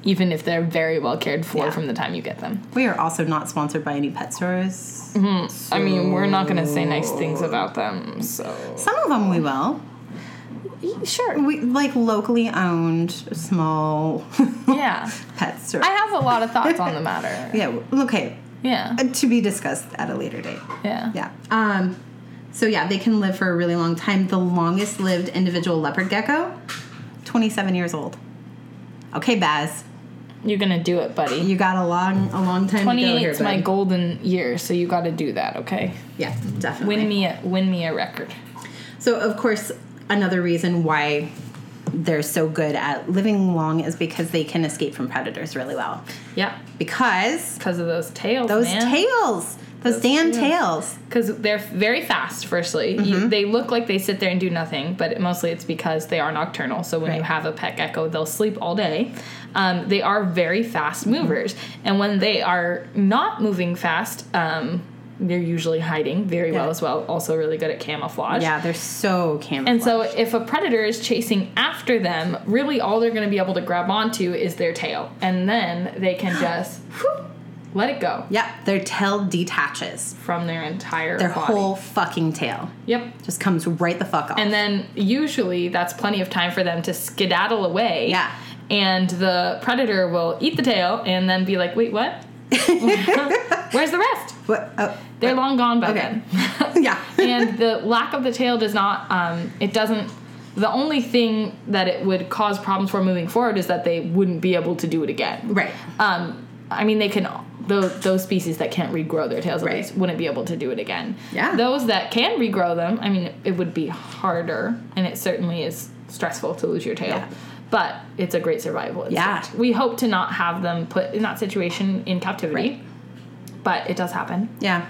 S1: even if they're very well cared for
S2: Yeah.
S1: from the time you get them.
S2: We are also not sponsored by any pet stores.
S1: I mean, we're not gonna say nice things about them, so
S2: Some of them we will.
S1: sure.
S2: We like locally owned small
S1: Yeah,
S2: pets. Or,
S1: I have a lot of thoughts on the matter.
S2: yeah. w- Okay.
S1: Yeah,
S2: Uh, To be discussed at a later date.
S1: yeah,
S2: Yeah. Um. So yeah, they can live for a really long time. The longest lived individual leopard gecko, twenty-seven years old. Okay, Baz,
S1: You're gonna do it, buddy.
S2: you got a long, a long time to go
S1: Twenty-eight
S2: here.
S1: is my
S2: bud.
S1: golden year, so you got to do that, okay?
S2: Yeah, definitely.
S1: Win me, a, win me a record.
S2: So, of course, another reason why they're so good at living long is because they can escape from predators really well.
S1: Yeah,
S2: Because
S1: because of those tails.
S2: those
S1: man.
S2: tails, those, damn tails.
S1: because they're very fast firstly
S2: Mm-hmm.
S1: you, they look like they sit there and do nothing but mostly it's because they are nocturnal so when you
S2: Right.
S1: have a pet gecko they'll sleep all day um, they are very fast movers and when they are not moving fast um, they're usually hiding very well
S2: Yeah.
S1: as well also really good at camouflage
S2: Yeah, they're so camouflaged.
S1: and so if a predator is chasing after them really all they're going to be able to grab onto is their tail and then they can just whoop, let it go
S2: yep, their tail detaches.
S1: from their entire
S2: Their
S1: body.
S2: whole fucking tail
S1: yep
S2: just comes right the fuck off.
S1: And then usually that's plenty of time for them to skedaddle away.
S2: Yeah.
S1: And the predator will eat the tail and then be like, wait, what? Where's the rest?
S2: what? Oh,
S1: They're long gone by
S2: okay.
S1: then.
S2: yeah.
S1: and the lack of the tail does not, um, it doesn't, the only thing that it would cause problems for moving forward is that they wouldn't be able to do it again.
S2: right.
S1: Um, I mean, they can. Those, those species that can't regrow their tails at
S2: Right.
S1: least wouldn't be able to do it again.
S2: Yeah.
S1: Those that can regrow them, I mean, it would be harder, and it certainly is stressful to lose your tail.
S2: Yeah.
S1: But it's a great survival.
S2: Yeah.
S1: instinct. We hope to not have them put in that situation in captivity, but it does happen.
S2: Yeah.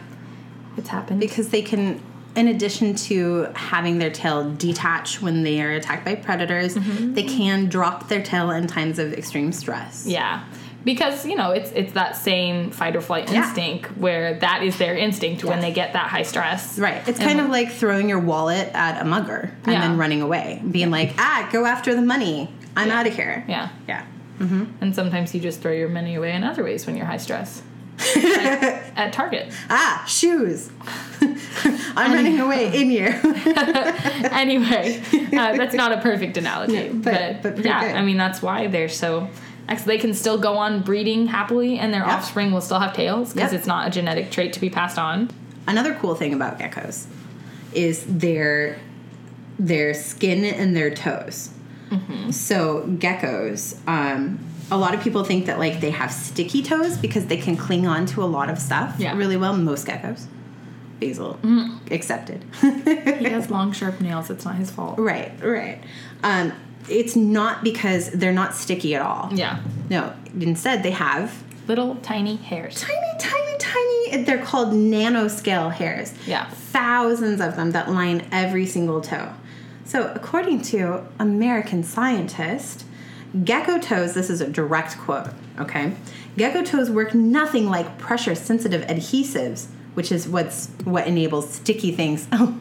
S1: It's happened.
S2: because they can in addition to having their tail detach when they are attacked by predators they can drop their tail in times of extreme stress
S1: Mm-hmm. Yeah. Because, you know, it's it's that same fight or flight
S2: Yeah.
S1: instinct where that is their instinct when
S2: Yes.
S1: they get that high stress.
S2: right it's kind of like throwing your wallet at a mugger and
S1: Yeah.
S2: then running away being like ah go after the money i'm out of here
S1: Yeah.
S2: yeah
S1: And sometimes you just throw your money away in other ways when you're high stress. at, at Target.
S2: ah shoes i'm running away in here
S1: Anyway, uh, that's not a perfect analogy,
S2: No, but-
S1: but,
S2: but pretty
S1: yeah,
S2: good.
S1: I mean that's why they're so. ex- They can still go on breeding happily, and their offspring will still have tails because
S2: Yep.
S1: it's not a genetic trait to be passed on.
S2: another cool thing about geckos is their their skin and their toes.
S1: Mm-hmm.
S2: So geckos, um, a lot of people think that like they have sticky toes because they can cling on to a lot of stuff
S1: Yeah. Mm-hmm.
S2: really well. Most geckos, Basil accepted.
S1: He has long, sharp nails. It's not his fault.
S2: right, right. Um, it's not because they're not sticky at all.
S1: Yeah,
S2: No, instead they have
S1: little tiny hairs.
S2: tiny, tiny, tiny. They're called nanoscale hairs.
S1: Yeah.
S2: Thousands of them that line every single toe. So, according to American scientist, gecko toes, this is a direct quote, okay? Gecko toes work nothing like pressure sensitive adhesives which is what's what enables sticky things. Oh,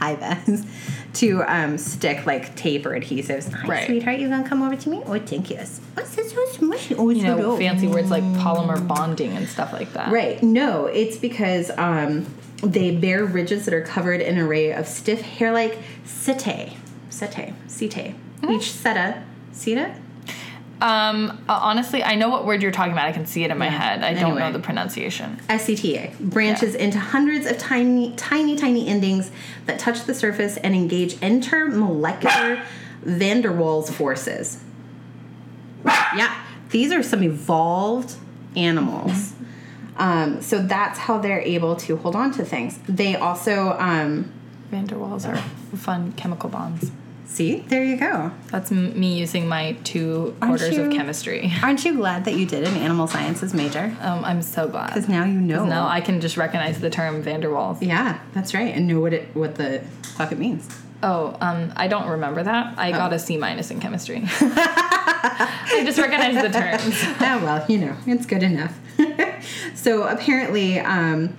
S2: hi, Bess. To um, stick like tape or adhesives. Hi,
S1: Right.
S2: sweetheart. You gonna come over to me? Oh, thank you. Oh, it's so smushy. Oh, it's
S1: You know,
S2: so
S1: fancy words like polymer bonding and stuff like that.
S2: Right. No, it's because um, they bear ridges that are covered in an array of stiff hair like setae. Setae. Setae. Each seta. Seta?
S1: Um, uh, honestly, I know what word you're talking about. I can see it in my head. I don't know
S2: Anyway.
S1: the pronunciation.
S2: SCTA E branches into hundreds of tiny, tiny, tiny endings that touch the surface and engage intermolecular van der Waals forces. Yeah, these are some evolved animals. Um, so that's how they're able to hold on to things. They also, um,
S1: Van der Waals are fun chemical bonds.
S2: see, there you go.
S1: That's m- me using my two
S2: Aren't
S1: quarters of
S2: you-
S1: chemistry.
S2: Aren't you glad that you did an animal sciences major?
S1: Um, I'm so glad.
S2: Because now you know.
S1: Now I can just recognize the term Van der Waals.
S2: yeah, that's right, and know what it, what the fuck it means.
S1: Oh, um, I don't remember that. I got a C minus in chemistry. I just recognize the terms.
S2: oh well, you know, it's good enough. so apparently, um,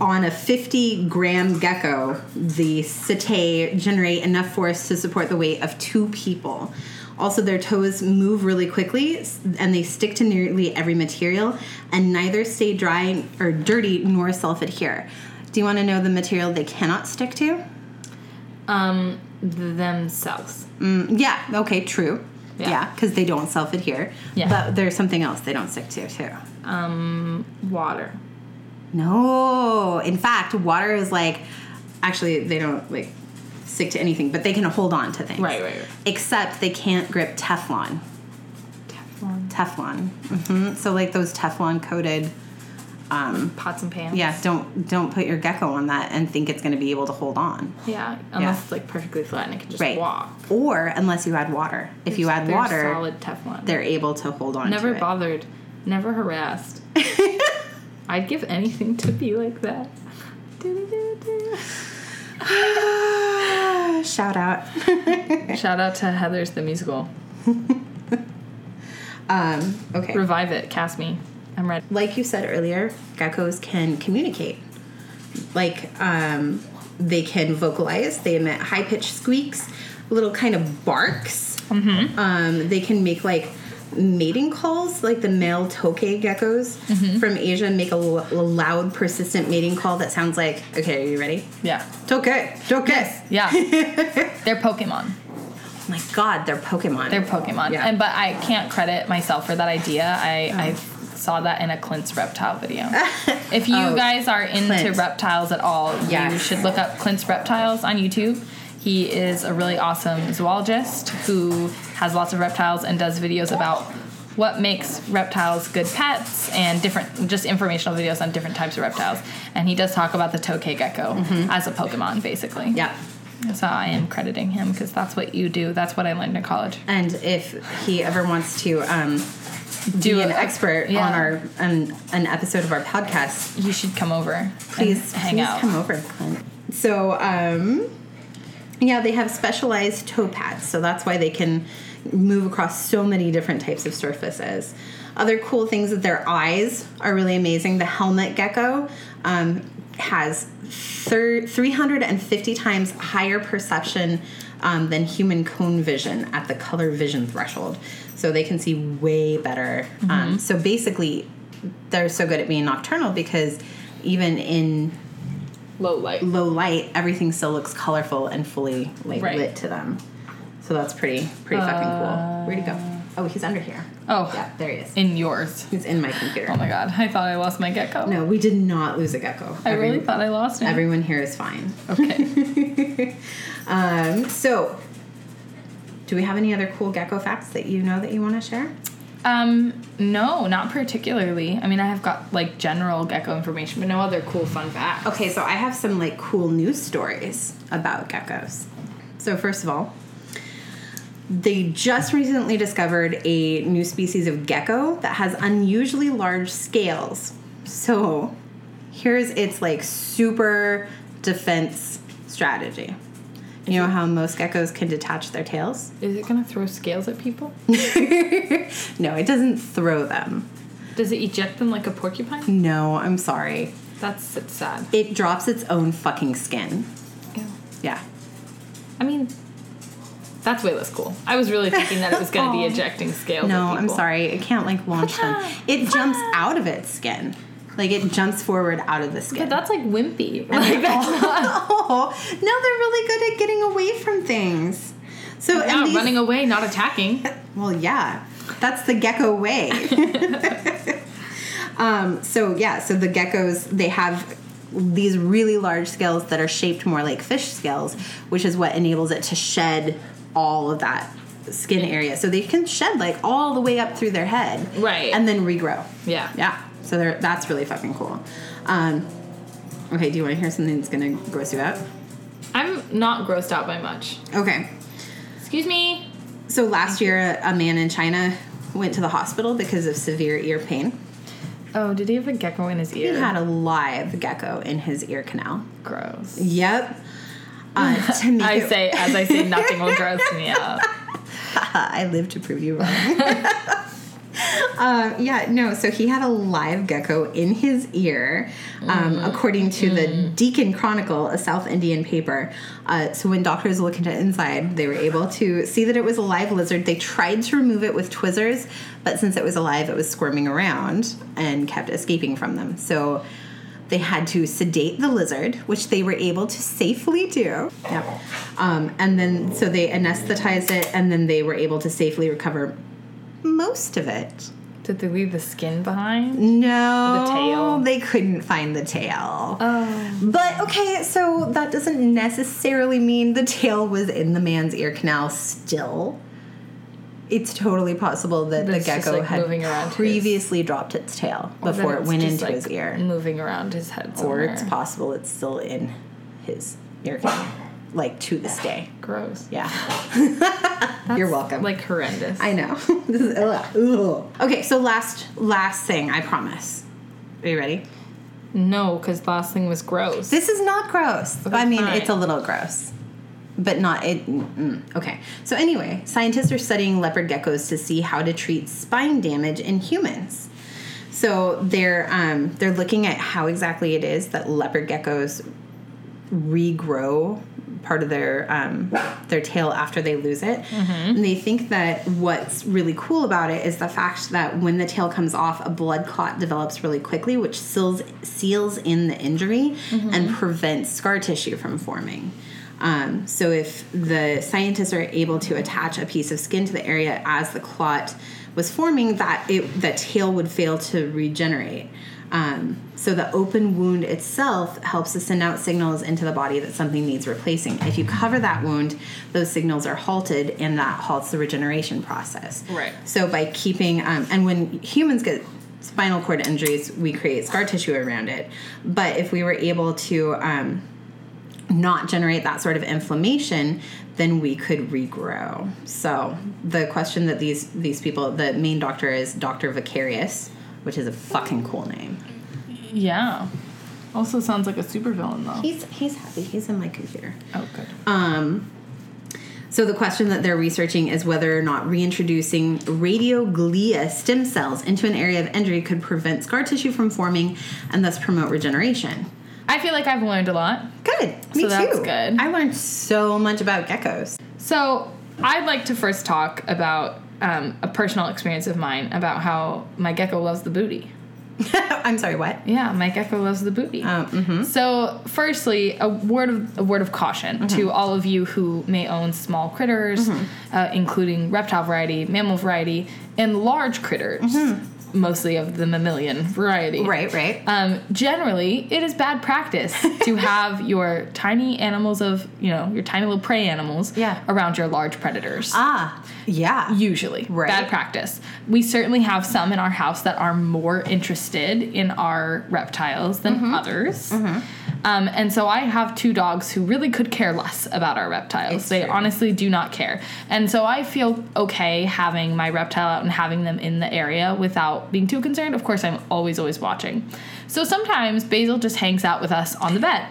S2: on a 50 gram gecko, the setae generate enough force to support the weight of two people. Also, their toes move really quickly s- and they stick to nearly every material, and neither stay dry or dirty nor self adhere. Do you want to know the material they cannot stick to?
S1: Um, themselves.
S2: Mm, yeah, okay, true.
S1: Yeah.
S2: Yeah, because they don't self adhere.
S1: Yeah.
S2: But there's something else they don't stick to, too.
S1: Water.
S2: No. In fact, water is like actually they don't like stick to anything, but they can hold on to things.
S1: Right, right, right.
S2: Except they can't grip Teflon.
S1: Teflon.
S2: Teflon. hmm So like those Teflon coated. Um,
S1: Pots and pans.
S2: yeah. Don't don't put your gecko on that and think it's going to be able to hold on.
S1: Yeah. Unless it's like perfectly flat and it can just
S2: Right.
S1: walk.
S2: Or unless you add water. If you add
S1: They're
S2: water,
S1: solid Teflon.
S2: they're able to hold on.
S1: never
S2: to it.
S1: bothered, never harassed. I'd give anything to be like that.
S2: Shout out.
S1: Shout out to Heather's the musical.
S2: Um, okay.
S1: Revive it, cast me. I'm ready.
S2: like you said earlier, geckos can communicate. Like um, they can vocalize. They emit high pitched squeaks, little kind of barks.
S1: Mm-hmm.
S2: Um, they can make like mating calls, like the male tokay geckos
S1: Mm-hmm.
S2: from Asia make a l- loud, persistent mating call that sounds like. Okay, are you ready?
S1: Yeah.
S2: Tokay, tokay.
S1: Yeah. They're Pokemon.
S2: Oh my God, they're Pokemon.
S1: They're Pokemon.
S2: Yeah.
S1: And but I can't credit myself for that idea. I, I saw that in a Clint's reptile video. if you
S2: Mm. Oh,
S1: guys are into
S2: Clint.
S1: reptiles at all, you
S2: Yes.
S1: should look up Clint's reptiles on YouTube. He is a really awesome zoologist who has lots of reptiles and does videos about what makes reptiles good pets and different just informational videos on different types of reptiles. And he does talk about the tokay gecko as a Pokemon basically.
S2: Mm-hmm. yeah.
S1: So I am crediting him because that's what you do. That's what I learned in college.
S2: And if he ever wants to um, do be an
S1: a-
S2: expert
S1: yeah.
S2: on our an, an episode of our podcast,
S1: You should come over.
S2: please
S1: and hang
S2: Uh, please
S1: out.
S2: come over Clint. so um yeah they have specialized toe pads so that's why they can move across so many different types of surfaces other cool things that their eyes are really amazing the helmet gecko um, has thir- 350 times higher perception um, than human cone vision at the color vision threshold so they can see way better
S1: Mm-hmm.
S2: um, so basically they're so good at being nocturnal because even in
S1: Low light.
S2: low light, everything still looks colorful and fully like
S1: Right.
S2: lit to them. So that's pretty pretty fucking cool. Where'd he go? Oh, he's under here.
S1: Uh, Oh.
S2: yeah, there he is.
S1: In yours.
S2: He's in my computer.
S1: Oh my god. I thought I lost my gecko.
S2: No, we did not lose a gecko.
S1: I
S2: Every-
S1: really thought I lost him.
S2: Everyone here is fine.
S1: okay.
S2: Um, so, do we have any other cool gecko facts that you know that you want to share?
S1: Um, no, not particularly. I mean, I have got like general gecko information, but no other cool fun facts.
S2: Okay, so I have some like cool news stories about geckos. So first of all, they just recently discovered a new species of gecko that has unusually large scales. So here's its like super defense strategy. You know how most geckos can detach their tails?
S1: Is it gonna throw scales at people?
S2: No, it doesn't throw them.
S1: Does it eject them like a porcupine?
S2: No, I'm sorry.
S1: That's it's sad.
S2: It drops its own fucking skin.
S1: Yeah.
S2: Yeah.
S1: I mean, that's way less cool. I was really thinking that it was going to be ejecting scales.
S2: No,
S1: at
S2: I'm
S1: people.
S2: sorry. It can't like launch them.
S1: Ta-ta.
S2: It jumps out of its skin. Like it jumps forward out of the skin.
S1: But that's like wimpy.
S2: And
S1: Like
S2: they
S1: that's
S2: all- no, they're really good at getting away from things. So and
S1: yeah,
S2: these-
S1: running away, not attacking.
S2: Well, yeah, that's the gecko way. um, so yeah, so the geckos they have these really large scales that are shaped more like fish scales, which is what enables it to shed all of that skin area. So they can shed like all the way up through their head,
S1: Right.
S2: and then regrow.
S1: Yeah.
S2: yeah. So they're, that's really fucking cool. Um, okay, do you want to hear something that's gonna gross you out?
S1: I'm not grossed out by much.
S2: Okay,
S1: Excuse me.
S2: So last year, a man in China went to the hospital because of severe ear pain.
S1: Oh, did he have a gecko in his
S2: He
S1: ear?
S2: had a live gecko in his ear canal.
S1: gross.
S2: Yep. Uh, to make
S1: I
S2: it-
S1: say, as I say, nothing will gross me out.
S2: Uh, I live to prove you wrong. Um, yeah, no. So he had a live gecko in his ear, um, according to the Deacon Chronicle, a South Indian paper. Uh, so when doctors looked into inside, they were able to see that it was a live lizard. They tried to remove it with tweezers, but since it was alive, it was squirming around and kept escaping from them. So they had to sedate the lizard, which they were able to safely do. Yep. Um, and then, so they anesthetized it, and then they were able to safely recover most of it.
S1: Did they leave the skin behind?
S2: No.
S1: The tail.
S2: They couldn't find the tail.
S1: Oh.
S2: But okay, so that doesn't necessarily mean the tail was in the man's ear canal still. It's totally possible that
S1: But
S2: the
S1: it's just,
S2: gecko
S1: like,
S2: had
S1: moving around his-
S2: previously dropped its tail before it went into his ear.
S1: Moving around his head
S2: Or
S1: somewhere.
S2: it's possible it's still in his ear canal, like to this day.
S1: gross.
S2: Yeah. You're welcome.
S1: Like horrendous.
S2: I know. this is, ugh, ugh. Okay, so last last thing, I promise. Are you ready?
S1: no, because last thing was gross.
S2: This is not gross.
S1: Okay,
S2: I mean,
S1: fine.
S2: it's a little gross, but not it. Mm, okay. So anyway, scientists are studying leopard geckos to see how to treat spine damage in humans. So they're um, they're looking at how exactly it is that leopard geckos regrow part of their um, their tail after they lose it. And they think that what's really cool about it is the fact that when the tail comes off, a blood clot develops really quickly, which seals seals in the injury and prevents scar tissue from forming. Um, so if the scientists are able to attach a piece of skin to the area as the clot was forming, that it that tail would fail to regenerate. Um, so the open wound itself helps to send out signals into the body that something needs replacing. If you cover that wound, those signals are halted, and that halts the regeneration process.
S1: Right.
S2: So by keeping um, and when humans get spinal cord injuries, we create scar tissue around it. But if we were able to um, not generate that sort of inflammation, then we could regrow. So the question that these these people, the main doctor is Doctor Vicarious, which is a fucking cool name.
S1: yeah. Also sounds like a supervillain though.
S2: He's he's happy. He's in my computer.
S1: oh, good.
S2: So the question that they're researching is whether or not reintroducing radioglia stem cells into an area of injury could prevent scar tissue from forming and thus promote regeneration.
S1: I feel like I've learned a lot.
S2: Good. Me
S1: So that's
S2: too.
S1: good.
S2: I learned so much about geckos.
S1: So I'd like to first talk about um, a personal experience of mine about how my gecko loves the booty.
S2: I'm sorry. What?
S1: Yeah, my gecko loves the booty.
S2: Um, mhm.
S1: So, firstly, a word of a word of caution
S2: Mm-hmm.
S1: to all of you who may own small critters, uh, including reptile variety, mammal variety, and large critters, mostly of the mammalian variety.
S2: Mm-hmm. Right. Right.
S1: Um, generally, it is bad practice to have your tiny animals of you know your tiny little prey animals
S2: Yeah.
S1: around your large predators.
S2: Ah, yeah.
S1: usually
S2: Right.
S1: bad practice we certainly have some in our house that are more interested in our reptiles than
S2: Mm-hmm.
S1: others um, and so i have two dogs who really could care less about our reptiles
S2: It's
S1: they
S2: true.
S1: honestly do not care and so i feel okay having my reptile out and having them in the area without being too concerned of course i'm always always watching so sometimes basil just hangs out with us on the bed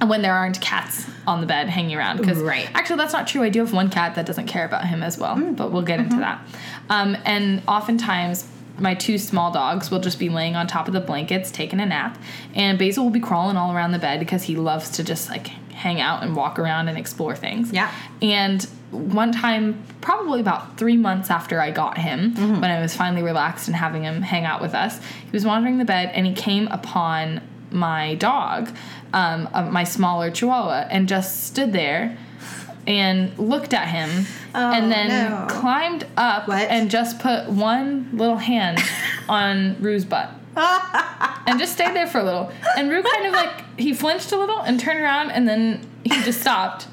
S1: and when there aren't cats on the bed hanging around because
S2: Right.
S1: actually that's not true i do have one cat that doesn't care about him as well but we'll get into that um, and oftentimes my two small dogs will just be laying on top of the blankets taking a nap, and Basil will be crawling all around the bed because he loves to just like hang out and walk around and explore things.
S2: Yeah.
S1: And one time, probably about three months after I got him,
S2: Mm-hmm.
S1: when I was finally relaxed and having him hang out with us, he was wandering the bed and he came upon my dog, um, uh, my smaller Chihuahua, and just stood there and looked at him
S2: Oh,
S1: and then
S2: no.
S1: climbed up
S2: What?
S1: and just put one little hand on Rue's butt. and just stayed there for a little. And Rue kind of like he flinched a little and turned around and then he just stopped.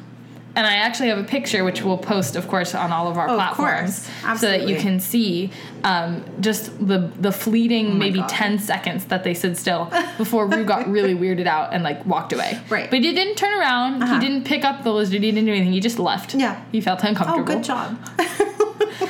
S1: And I actually have a picture which we'll post, of course, on all of our
S2: Oh, of
S1: platforms,
S2: course.
S1: so that you
S2: Absolutely.
S1: can see um, just the the fleeting maybe
S2: Oh God.
S1: ten seconds that they stood still before Rue got really weirded out and like walked away.
S2: Right.
S1: But he didn't turn around.
S2: Uh-huh.
S1: He didn't pick up the lizard. He didn't do anything. He just left.
S2: Yeah.
S1: He felt uncomfortable.
S2: Oh, good job.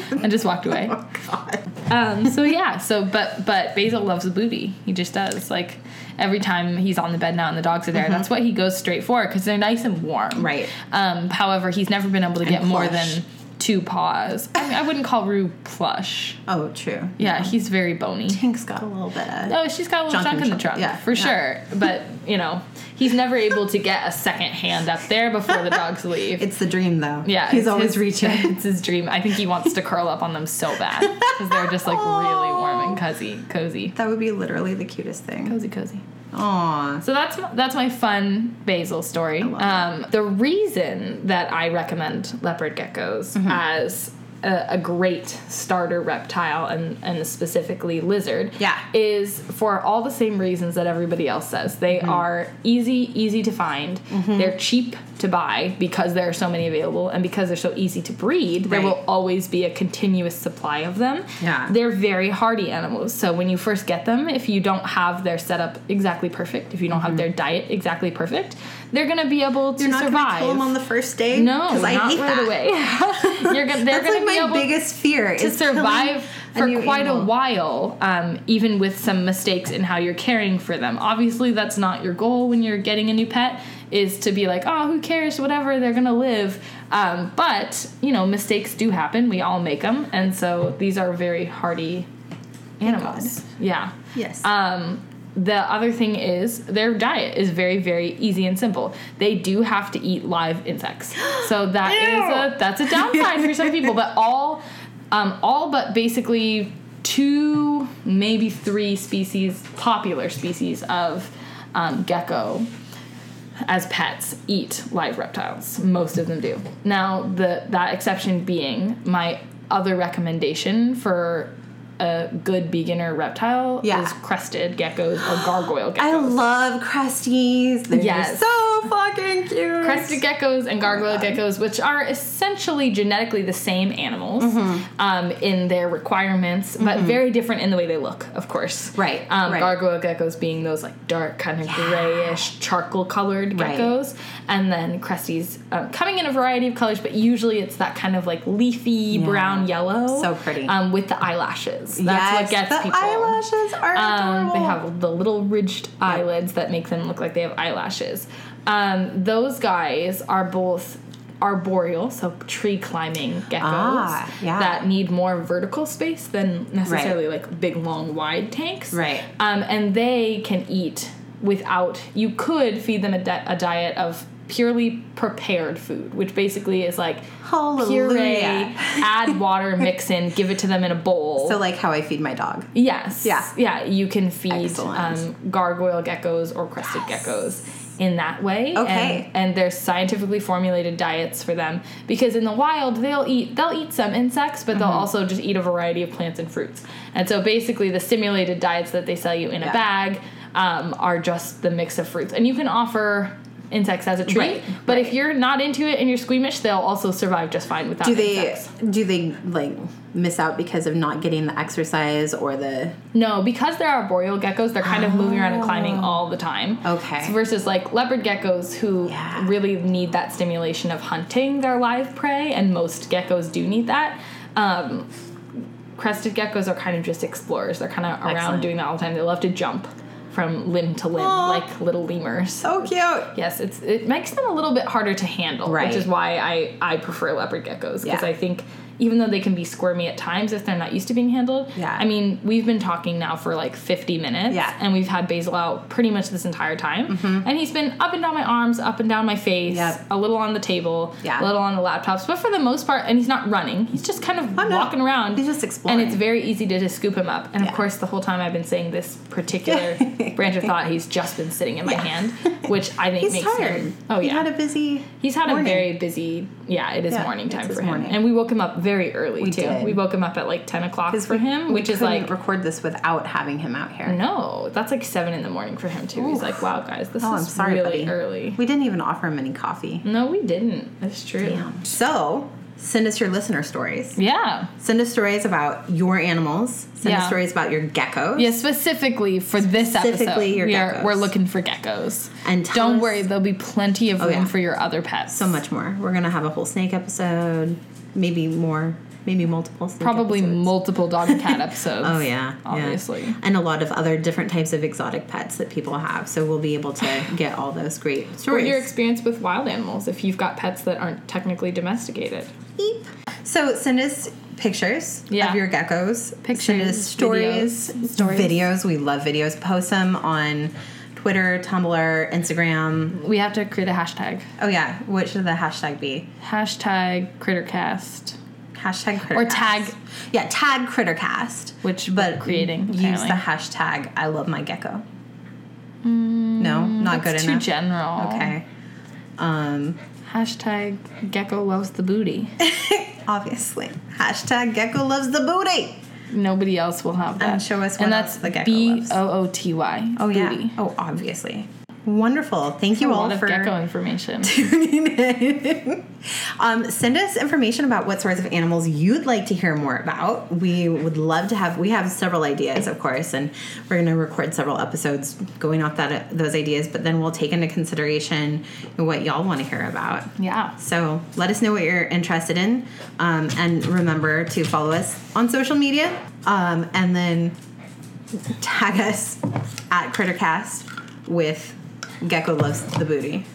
S1: And just walked away.
S2: God.
S1: Um, so yeah, so but but Basil loves the booty. He just does. Like every time he's on the bed now and the dogs are there, that's what he goes straight for because they're nice and warm.
S2: Mm-hmm. Right.
S1: Um, however, he's never been able to get more
S2: plush.
S1: than two paws. I mean, I wouldn't call Rue plush.
S2: Oh, true.
S1: Yeah, he's very bony.
S2: Pink's got a little bit of.
S1: Oh, she's got a little
S2: Junk
S1: junk,
S2: in
S1: in
S2: the
S1: the trunk,
S2: trunk. Yeah,
S1: for
S2: yeah.
S1: sure. But you know, he's never able to get a second hand up there before the dogs leave.
S2: It's the dream, though.
S1: Yeah,
S2: He's
S1: it's
S2: always
S1: his-
S2: reaching.
S1: It's his dream. I think he wants to curl up on them so bad because they're just like really warm and cozy, cozy,
S2: That would be literally the cutest thing.
S1: cozy, cozy.
S2: Aw.
S1: So that's my, that's my fun basil story.
S2: love that.
S1: Um, the reason that I recommend leopard geckos
S2: Mm-hmm.
S1: as a, a great starter reptile and and specifically lizard,
S2: Yeah.
S1: is for all the same reasons that everybody else says. They
S2: Mm-hmm.
S1: are easy, easy to find. They're cheap to buy because there are so many available, and because they're so easy to breed, there
S2: Right.
S1: will always be a continuous supply of them.
S2: Yeah.
S1: They're very hardy animals. So when you first get them, if you don't have their setup exactly perfect, if you don't have their diet exactly perfect, they're going to be able to
S2: Mm-hmm. You're not going to
S1: survive.
S2: kill him on the first day?
S1: no,
S2: Because I
S1: not
S2: hate
S1: right
S2: that.
S1: away. You're gonna, they're
S2: That's like
S1: going
S2: my
S1: to be able
S2: biggest fear
S1: to
S2: is killing
S1: survive
S2: a
S1: for
S2: new
S1: quite a
S2: animal.
S1: while, um, even with some mistakes in how you're caring for them. Obviously, that's not your goal when you're getting a new pet. Is to be like, oh, who cares? Whatever, they're gonna live. Um, but you know, mistakes do happen. We all make them, and so these are very hardy animals. Yeah.
S2: Yes.
S1: Um, the other thing is their diet is very very easy and simple. They do have to eat live insects, so that is a that's a downside for some people. But all um, all but basically two maybe three species popular species of um, gecko as pets eat live reptiles. Most of them do. Now, the that exception being my other recommendation for a good beginner reptile
S2: Yeah.
S1: is crested geckos or gargoyle geckos.
S2: I love crusties. They're
S1: Yes.
S2: so fucking cute.
S1: crested geckos
S2: Oh
S1: and gargoyle geckos, which are essentially genetically the same animals
S2: Mm-hmm.
S1: um, in their requirements, but very different in the way they look, of course.
S2: Right,
S1: Um,
S2: right.
S1: Gargoyle geckos being those like dark, kind of grayish, charcoal colored
S2: Right.
S1: geckos, and then cresties um, coming in a variety of colors, but usually it's that kind of like leafy brown yellow.
S2: So pretty.
S1: Um, with the eyelashes. That's
S2: yes,
S1: what gets
S2: the
S1: people.
S2: eyelashes are
S1: Um,
S2: adorable.
S1: they have the little ridged eyelids that make them look like they have eyelashes. Um, those guys are both arboreal, so tree climbing geckos
S2: Ah, yeah.
S1: that need more vertical space than necessarily like big, long, wide tanks.
S2: Right.
S1: Um, and they can eat without. You could feed them a, di- a diet of purely prepared food, which basically is like puree,
S2: Hallelujah.
S1: add water, mix in, give it to them in a bowl.
S2: So like how I feed my dog.
S1: Yes.
S2: Yeah.
S1: Yeah. You can feed
S2: Excellent.
S1: um, gargoyle geckos or crested geckos in that way.
S2: Okay.
S1: And, and there's scientifically formulated diets for them because in the wild they'll eat they'll eat some insects, but
S2: Mm-hmm.
S1: they'll also just eat a variety of plants and fruits. And so basically, the simulated diets that they sell you in
S2: Yeah.
S1: a bag um, are just the mix of fruits, and you can offer. Insects as a treat,
S2: Right,
S1: but if you're not into it and you're squeamish, they'll also survive just fine without
S2: Do they
S1: insects.
S2: do they like miss out because of not getting the exercise or the
S1: No, because they're arboreal geckos, they're kind of moving around and climbing all the time.
S2: Oh. Okay.
S1: So versus like leopard geckos who
S2: Yeah.
S1: really need that stimulation of hunting their live prey, and most geckos do need that. Um, crested geckos are kind of just explorers. They're kind of around
S2: Excellent.
S1: doing that all the time. They love to jump from limb to limb
S2: Aw.
S1: like little lemurs.
S2: so cute?
S1: Yes, it's it makes them a little bit harder to handle,
S2: Right.
S1: which is why I I prefer leopard geckos because
S2: Yeah.
S1: I think even though they can be squirmy at times if they're not used to being handled.
S2: Yeah.
S1: I mean, we've been talking now for like 50 minutes.
S2: Yeah. Mm-hmm.
S1: And we've had Basil out pretty much this entire time. And he's been up and down my arms, up and down my face,
S2: Yep.
S1: a little on the table,
S2: Yeah.
S1: a little on the laptops. But for the most part, and he's not running, he's just kind of
S2: Oh, no.
S1: walking around.
S2: He's just exploring.
S1: And it's very easy to just scoop him up. And
S2: Yeah.
S1: of course, the whole time I've been saying this particular branch of thought, he's just been sitting in my
S2: Yeah.
S1: hand, which I think
S2: He's
S1: makes
S2: tired.
S1: him. Oh,
S2: He
S1: yeah.
S2: had a busy.
S1: He's had
S2: morning.
S1: a very busy. Yeah, it is
S2: Yeah,
S1: morning time
S2: it's
S1: for
S2: his
S1: him,
S2: morning.
S1: and we woke him up very early too.
S2: did.
S1: We woke him up at like ten o'clock
S2: 'Cause
S1: for
S2: we-
S1: him,
S2: we
S1: which is
S2: couldn't
S1: like Mm,
S2: record this without having him out here.
S1: no, that's like seven in the morning for him too. He's
S2: Oof.
S1: like, wow, guys, this
S2: Oh,
S1: is
S2: I'm sorry,
S1: really
S2: buddy.
S1: early.
S2: We didn't even offer him any coffee.
S1: No, we didn't. That's true.
S2: So send us your listener stories.
S1: Yeah.
S2: Send us stories about your animals. Send us
S1: Yeah.
S2: stories about your geckos.
S1: Yeah, specifically for this
S2: Specifically
S1: episode,
S2: your
S1: we
S2: geckos.
S1: are, we're looking for geckos.
S2: And tell
S1: don't
S2: us-
S1: worry, there'll be plenty of room
S2: Oh, yeah.
S1: for your other pets.
S2: So much more. We're gonna have a whole snake episode. Maybe more. Maybe multiple. Snake
S1: Probably
S2: episodes.
S1: multiple dog and cat episodes.
S2: Oh yeah, yeah.
S1: obviously.
S2: and a lot of other different types of exotic pets that people have. So we'll be able to get all those great
S1: Or
S2: stories.
S1: your experience with wild animals if you've got pets that aren't technically domesticated.
S2: Eep. So send us pictures
S1: Yeah.
S2: of your geckos. Send
S1: Pictures,
S2: us stories,
S1: videos, stories.
S2: videos. We love videos. Post them on Twitter, Tumblr, Instagram.
S1: We have to create a hashtag.
S2: Oh yeah, what should the hashtag be?
S1: Hashtag CritterCast.
S2: Hashtag Crittercast.
S1: Or tag.
S2: Yeah, tag Crittercast.
S1: Which
S2: But
S1: we're creating,
S2: Use the
S1: apparently.
S2: hashtag I love my gecko. no, not good
S1: That's too
S2: enough.
S1: general.
S2: okay. Um,
S1: Hashtag Gecko loves the booty.
S2: obviously. Hashtag gecko loves the booty.
S1: Nobody else will have that.
S2: And show us
S1: and
S2: what
S1: that's
S2: else the gecko
S1: B
S2: loves.
S1: O O T Y.
S2: Oh yeah. Oh, obviously. Wonderful. Thank you
S1: A
S2: all
S1: lot of
S2: for
S1: gecko information.
S2: tuning in. um, send us information about what sorts of animals you'd like to hear more about. We would love to have. We have several ideas, of course, and we're going to record several episodes going off that those ideas. But then we'll take into consideration what y'all want to hear about.
S1: yeah.
S2: So let us know what you're interested in, um, and remember to follow us on social media, um, and then tag us at Crittercast with Gecko loves the booty.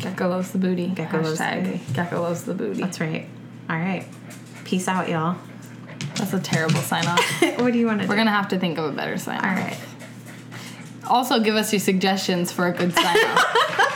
S1: Gecko loves the booty.
S2: Gecko loves the
S1: Hashtag
S2: booty.
S1: Gecko loves the booty.
S2: That's right. All right. Peace out, y'all.
S1: That's a terrible sign off.
S2: what do you want to do?
S1: We're gonna have to think of a better sign
S2: All
S1: off.
S2: right.
S1: Also, give us your suggestions for a good sign off.